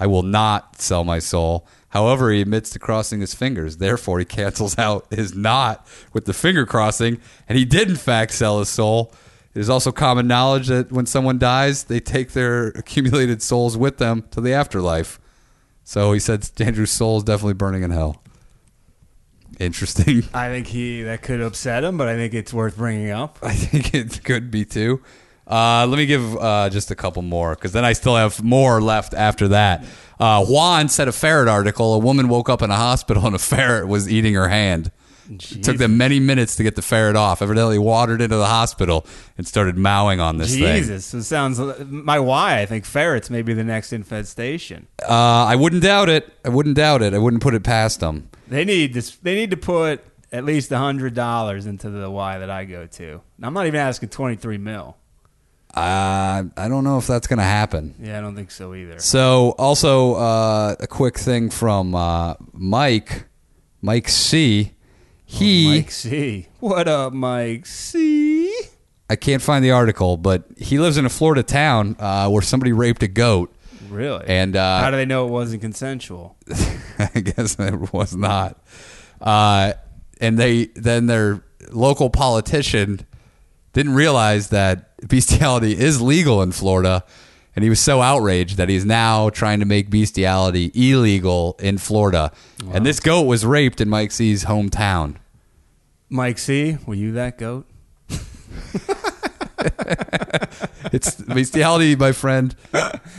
I will not sell my soul. However, he admits to crossing his fingers. Therefore, he cancels out his not with the finger crossing, and he did in fact sell his soul. It is also common knowledge that when someone dies, they take their accumulated souls with them to the afterlife. So he said Andrew's soul is definitely burning in hell. Interesting. I think he that could upset him, but I think it's worth bringing up. I think it could be too. Uh, let me give uh, just a couple more because then I still have more left after that. Uh, Juan said a ferret article. A woman woke up in a hospital and a ferret was eating her hand. It took them many minutes to get the ferret off. Evidently, wandered into the hospital and started mowing on this thing. Jesus, it sounds my why. I think ferrets may be the next infestation. Uh, I wouldn't doubt it. I wouldn't doubt it. I wouldn't put it past them. They need this. They need to put at least hundred dollars into the Y that I go to. And I'm not even asking twenty three mil. Uh, I don't know if that's going to happen. Yeah, I don't think so either. So, also uh, a quick thing from uh, Mike, Mike C. He, Oh, Mike C. What up, Mike C? I can't find the article, but he lives in a Florida town uh, where somebody raped a goat, Really? and uh, how do they know it wasn't consensual? I guess it was not. Uh, and they then their local politician didn't realize that bestiality is legal in Florida, and he was so outraged that he's now trying to make bestiality illegal in Florida. And this goat was raped in Mike C's hometown. Mike C, were you that goat? It's bestiality, my friend,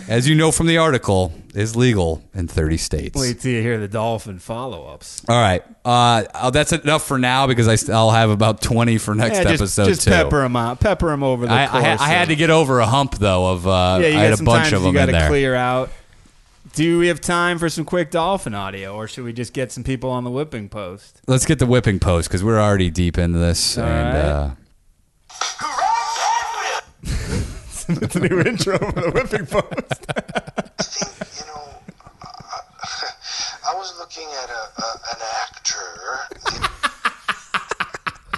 as you know from the article, is legal in 30 states. Wait till you hear the dolphin follow ups. All right, uh, oh, that's enough for now because I st- I'll have about 20 for next just episode just too. pepper him out. Pepper him over the I, I, course I of- had to get over a hump though of uh, Yeah, you I got had a some bunch times of you them got in to there. clear out. Do we have time for some quick dolphin audio, or should we just get some people on the whipping post? Let's get the whipping post because we're already deep into this. and right. uh, It's a new intro for the whipping post. you know, I, I was looking at a,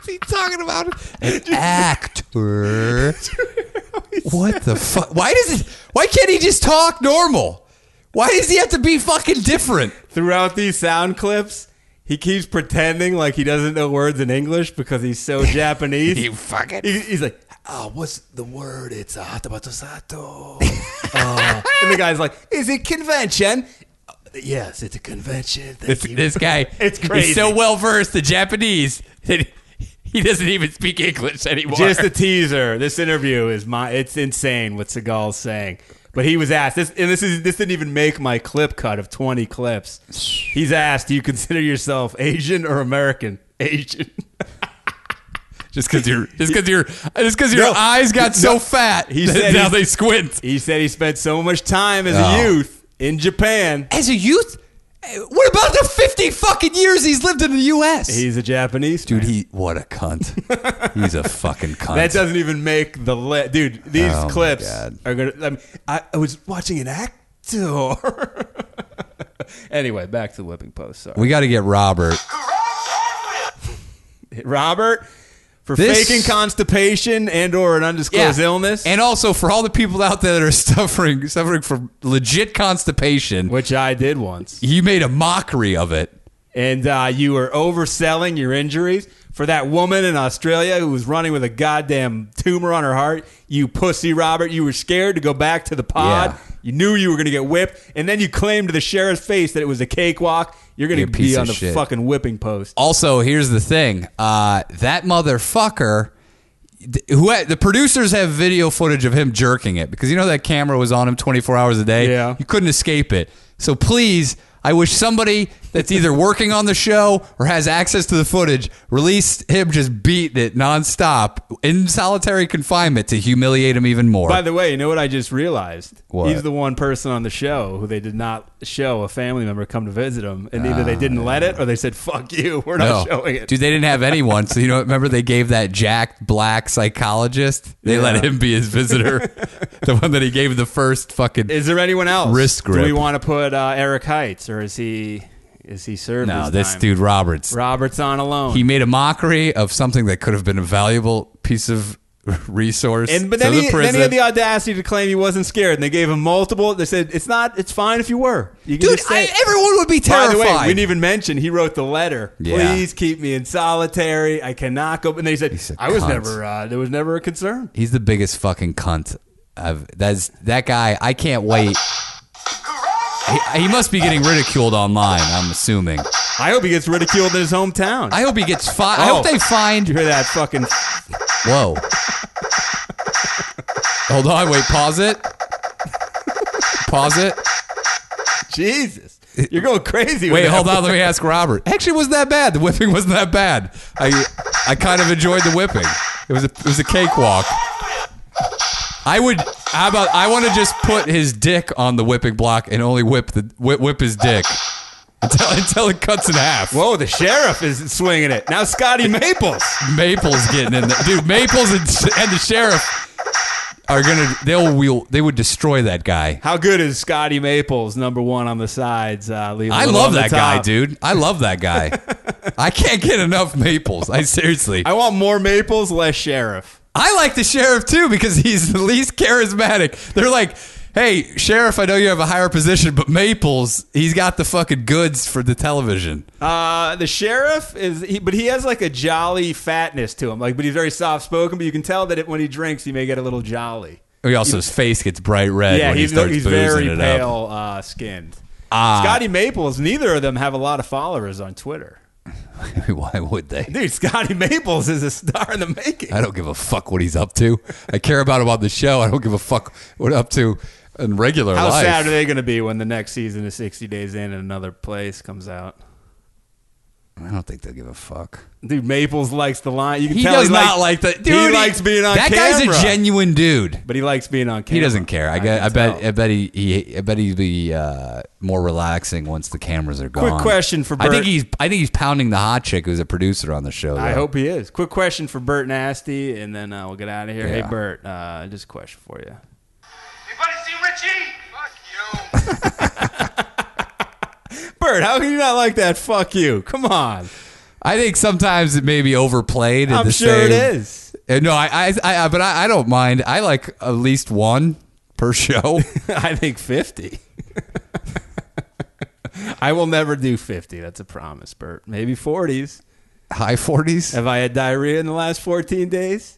a an actor. he talking about? An actor. what the fuck? Why does it? Why can't he just talk normal? Why does he have to be fucking different? Throughout these sound clips, he keeps pretending like he doesn't know words in English because he's so Japanese. You fucking. He- he's like, Ah, Oh, what's the word? It's uh, hatabato sato. and the guy's like, "Is it convention?" yes, it's a convention. Thank This, you. this guy It's He's crazy. so well versed in Japanese that he doesn't even speak English anymore. Just a teaser. This interview is my. It's insane what Seagal's saying. But he was asked this, and this is this didn't even make my clip cut of twenty clips. He's asked, "Do you consider yourself Asian or American?" Asian. just because your just because your just because your No. eyes got so No. fat, He that said now he's- they squint. He said he spent so much time as Oh. a youth in Japan. As a youth, what about the fifty fucking years he's lived in the U.S.? He's a Japanese Dude, man. he what a cunt. he's a fucking cunt. That doesn't even make the li- dude. These Oh, my clips God. are gonna. I, mean, I, I was watching an actor. anyway, back to the whipping post. Sorry, we got to get Robert. Robert, for This- faking constipation and or an undisclosed illness, and also for all the people out there that are suffering suffering from legit constipation. which I did once, He made a mockery of it. and uh, you were overselling your injuries. For that woman in Australia who was running with a goddamn tumor on her heart, you pussy, Robert, you were scared to go back to the pod. Yeah. You knew you were going to get whipped, and then you claimed to the sheriff's face that it was a cakewalk. You're going You're to a piece be on of the shit. fucking whipping post. Also, here's the thing: uh, that motherfucker, th- who had, the producers have video footage of him jerking it because you know that camera was on him 24 hours a day. Yeah. you couldn't escape it. So please, I wish somebody that's either working on the show or has access to the footage released him just beating it nonstop in solitary confinement to humiliate him even more. By the way, you know what I just realized? What? He's the one person on the show who they did not show a family member come to visit him, and either they Ah. didn't let it or they said "fuck you," we're not showing it. Dude, they didn't have anyone. So, you know, remember they gave that Jack Black psychologist? They let Yeah. him be his visitor. the one that he gave the first fucking. Is there anyone else? Wrist Do we grip. want to put uh, Eric Heitz, or is he is he served? no, his this time? dude, Roberts. Robert's on alone. He made a mockery of something that could have been a valuable piece of resource. and but to then the he, then prison. he had the audacity to claim he wasn't scared, and they gave him multiple. They said it's not, it's fine if you were. You can Dude, just say I, it." everyone would be By terrified. the way, we didn't even mention he wrote the letter. Yeah. Please keep me in solitary. I cannot go. And they said He's a I was cunt. never. Uh, there was never a concern. He's the biggest fucking cunt. I've, that's that guy. I can't wait. He, he must be getting ridiculed online. I'm assuming. I hope he gets ridiculed in his hometown. I hope he gets fined. I Oh. hope they Did you find. hear that fucking? Whoa. Hold on. Wait. Pause it. Pause it. Jesus, you're going crazy. with Wait. that Hold on. one. Let me ask Robert. Actually, it wasn't that bad. The whipping wasn't that bad. I I kind of enjoyed the whipping. It was a, it was a cakewalk. I would. How about I want to just put his dick on the whipping block and only whip the whip, whip his dick until until it cuts in half. Whoa, the sheriff is swinging it now. Scotty Maples. Maple's getting in there, dude. Maple's and, and the sheriff are gonna they'll wheel they would destroy that guy. How good is Scotty Maples? Number one on the sides. Uh, leave a I little love on the that guy, top. dude. I love that guy. I can't get enough Maples. I seriously, I want more Maples, less sheriff. I like the sheriff too because he's the least charismatic. They're like. Hey, Sheriff, I know you have a higher position, but Maples, he's got the fucking goods for the television. Uh, the sheriff is, he, but he has like a jolly fatness to him. Like, but he's very soft spoken. But you can tell that it, when he drinks, he may get a little jolly. He also, his face gets bright red yeah, when he's, he starts he's boozing very it up. pale uh, skinned. Ah. Scotty Maples. Neither of them have a lot of followers on Twitter. Why would they? Dude, Scotty Maples is a star in the making. I don't give a fuck what he's up to. I care about him on the show. I don't give a fuck what up to in regular How life. sad are they going to be when the next season is 60 days in and another place comes out? I don't think they'll give a fuck. Dude, Maples likes the line. You can He tell does he not like likes, that. he Dude, likes being on That guy's camera. a genuine dude. But he likes being on camera. He doesn't care. I, can bet. I bet. tell. I bet he, he. I bet he'd be uh, more relaxing once the cameras are gone. Quick question for I think Bert. he's. I think he's pounding the hot chick who's a producer on the show. I though. hope he is. Quick question for Bert Nasty, and then uh, we'll get out of here. Yeah. Hey, Bert, uh, just a question for you. Anybody see Richie? Fuck you. Bert, how can you not like that? Fuck you. Come on. I think sometimes it may be overplayed. in I'm the sure it same- is. Uh, No, I. I. I but I, I don't mind. I like at least one per show. I think 50. I will never do 50. That's a promise, Bert. Maybe 40s. High forties. Have I had diarrhea in the last 14 days?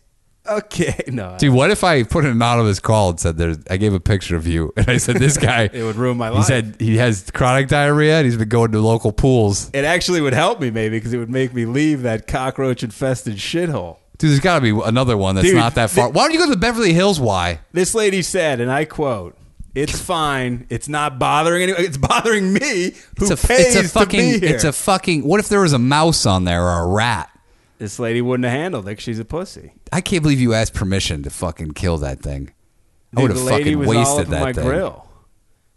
okay, no, Dude, what if I put an anonymous call and said there's I gave a picture of you and I said this guy it would ruin my he life. said he has chronic diarrhea and he's been going to local pools. it actually would help me maybe because it would make me leave that cockroach infested shithole. Dude, there's got to be another one that's Dude, not that far. Why don't you go to the Beverly Hills? Why? This lady said, and I quote. It's fine. It's not bothering anyone. It's bothering me who it's a, pays it's a fucking to be here. it's a fucking what if there was a mouse on there or a rat? this lady wouldn't have handled it. 'cause She's a pussy. I can't believe you asked permission to fucking kill that thing. I would Dude, have the lady fucking was wasted all up in that my thing. grill.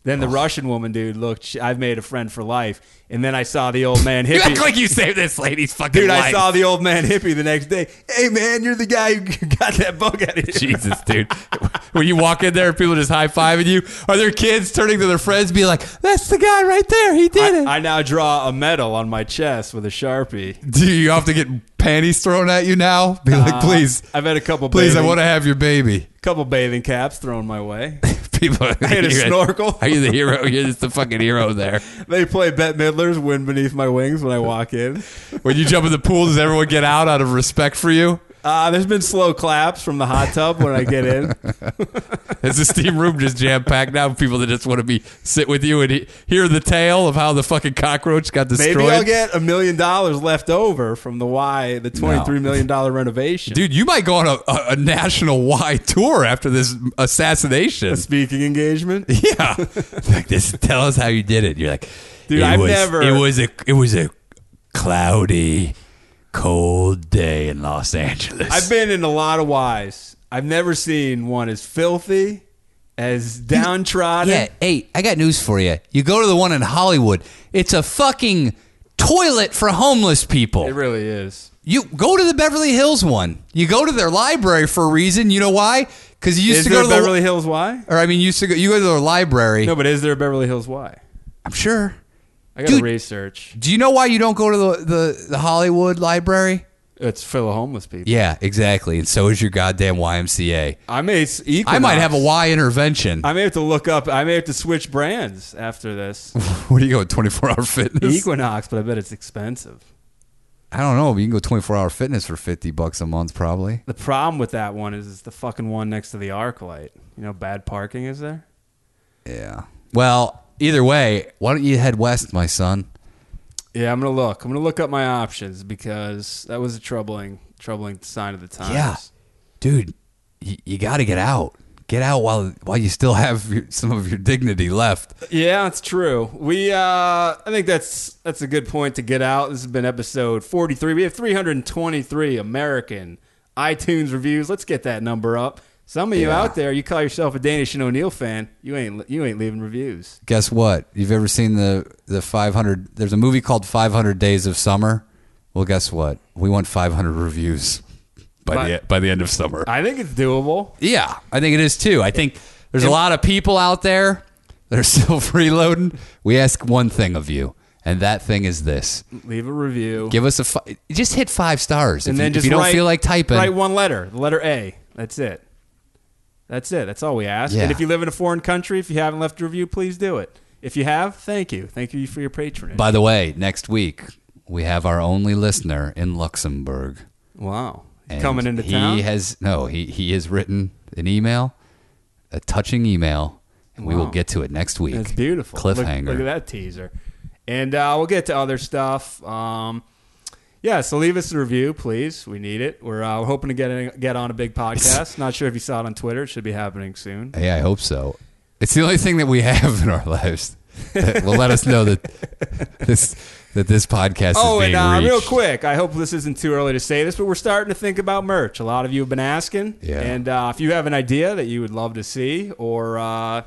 Then the Russian woman dude looked. She, I've made a friend for life. And then I saw the old man You hippie. act like you saved this lady's fucking dude, life. I saw the old man hippie the next day. Hey man, you're the guy who got that bug out of here. Jesus, dude. when you walk in there, people just high fiving you. Are there kids turning to their friends, be like, "That's the guy right there. He did it." I, I now draw a medal on my chest with a sharpie. Do you have to get panties thrown at you now? Be Uh, like, please, I've had a couple. please, I bathing- want to have your baby. couple bathing caps thrown my way. People, are, had a snorkel. Are you the hero? You're just the fucking hero there. they play Bette Midler's "Wind Beneath My Wings" when I walk in. When you jump in the pool, does everyone get out out of respect for you? Uh, there's been slow claps from the hot tub when I get in. Is the steam room just jam packed now? with People that just want to be sit with you and he- hear the tale of how the fucking cockroach got destroyed. Maybe I'll get a million dollars left over from the Y, the twenty-three million dollar renovation. Dude, you might go on a, a, a national wide tour after this assassination. Speaking engagement. Yeah, like this. Tell us how you did it. You're like, Dude, it I've was, never- It was a it was a cloudy, cold day in Los Angeles. I've been in a lot of Ys. I've never seen one as filthy, as downtrodden. yeah. Hey, I got news for you. You go to the one in Hollywood. It's a fucking toilet for homeless people. It really is. You go to the Beverly Hills one. You go to their library for a reason. You know why? Because you used Is to go there to a the Beverly Hills Y? Or I mean, you used to go. You go to their library. No, but is there a Beverly Hills Y? I'm sure. I gotta Dude. research. Do you know why you don't go to the, the, the Hollywood library? It's full of homeless people. Yeah, exactly. And so is your goddamn YMCA. I may s- Equinox. I might have a Y intervention. I may have to look up. I may have to switch brands after this what do you go, 24 hour fitness? Equinox, but I bet it's expensive. I don't know. but You can go 24 hour fitness for 50 bucks a month, probably. The problem with that one is it's the fucking one next to the arc light. You know, bad parking is there. Yeah. Well, either way, why don't you head west, my son? Yeah, I'm gonna look. I'm gonna look up my options because that was a troubling, troubling sign of the times. Yeah. Dude, you, you got to get out. Get out while while you still have your, some of your dignity left. Yeah, it's true. We, uh, I think that's that's a good point to get out. This has been episode 43. We have 323 American iTunes reviews. Let's get that number up. Some of you Yeah. out there, you call yourself a Danish and O'Neill fan, you ain't you ain't leaving reviews. Guess what? You've ever seen the the 500? There's a movie called 500 Days of Summer. Well, guess what? We want 500 reviews by, By- the by the end of summer. I think it's doable. Yeah, I think it is too. I think there's a lot of people out there that are still freeloading. We ask one thing of you, and that thing is this: Leave a review, give us a fi- just hit five stars. and if then you, just if you don't write- feel like typing, Write one letter, the letter A. That's it. That's it. That's all we ask. Yeah. And if you live in a foreign country, if you haven't left a review, please do it. If you have, thank you. Thank you for your patronage. By the way, next week we have our only listener in Luxembourg wow. and Coming into he town. has no. He he has written an email, a touching email, and we will Wow. get to it next week. It's beautiful. Look- cliffhanger. Look, at that teaser. And uh, we'll get to other stuff. Um, yeah, so leave us a review, please. We need it. We're uh, hoping to get get on a big podcast. Not sure if you saw it on Twitter. It should be happening soon. Hey, I hope so. It's the only thing that we have in our lives that will let us know that this that this podcast Oh, is and being uh, reached. real quick, I hope this isn't too early to say this, but we're starting to think about merch. A lot of you have been asking. Yeah. And uh, if you have an idea that you would love to see or uh,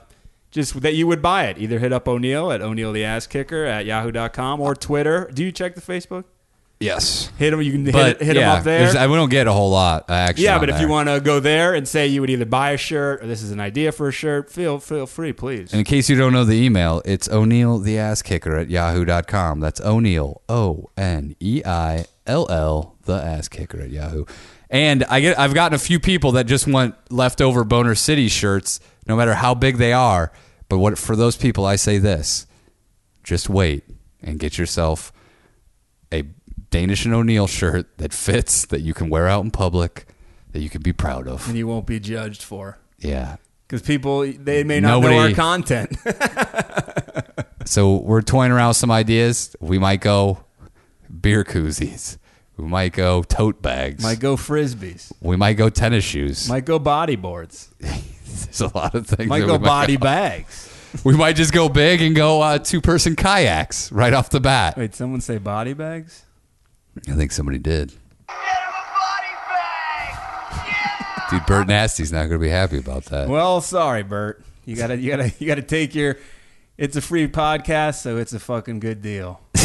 just that you would buy it, either hit up O'Neill at O'Neill the Ass Kicker at yahoo.com Uh, or Twitter. Do you check the Facebook? Yes, Hit him. You can but hit, hit 'em yeah, up there. there's- I, we don't get a whole lot uh, action. Yeah, on but if there. you want to go there and say you would either buy a shirt or this is an idea for a shirt, feel feel free, please. And in case you don't know the email, it's O'Neill the ass kicker at yahoo.com. That's O'Neill, O N E I L L, the ass kicker at yahoo. And I get, I've gotten a few people that just want leftover Boner City shirts, no matter how big they are. But what for those people, I say this just wait and get yourself a Danish and O'Neill shirt that fits, that you can wear out in public, that you could be proud of. and you won't be judged for. Yeah. Because people, they may not know our Nobody- content. So we're toying around with some ideas. We might go beer koozies. We might go tote bags. might go frisbees. we might go tennis shoes. Might go bodyboards. boards. There's a lot of things. Might that go we body bags. We might just go big and go uh, two person kayaks right off the bat. Wait, someone say body bags? I think somebody did. Get him a body bag! Yeah! Dude, Bert Nasty's not going to be happy about that. Well, sorry, Bert. You gotta, you gotta, you gotta take your. It's a free podcast, so it's a fucking good deal.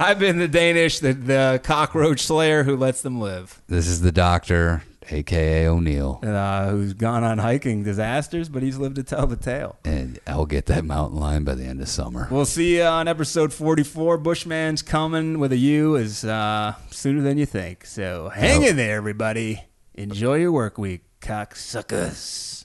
I've been the Danish, the, the cockroach slayer who lets them live, This is the doctor, aka O'Neill, uh, who's gone on hiking disasters, but he's lived to tell the tale. and I'll get that mountain lion by the end of summer. We'll see you on episode 44. Bushman's coming with a U is uh, sooner than you think. So hang in there, everybody. Enjoy your work week, cocksuckers.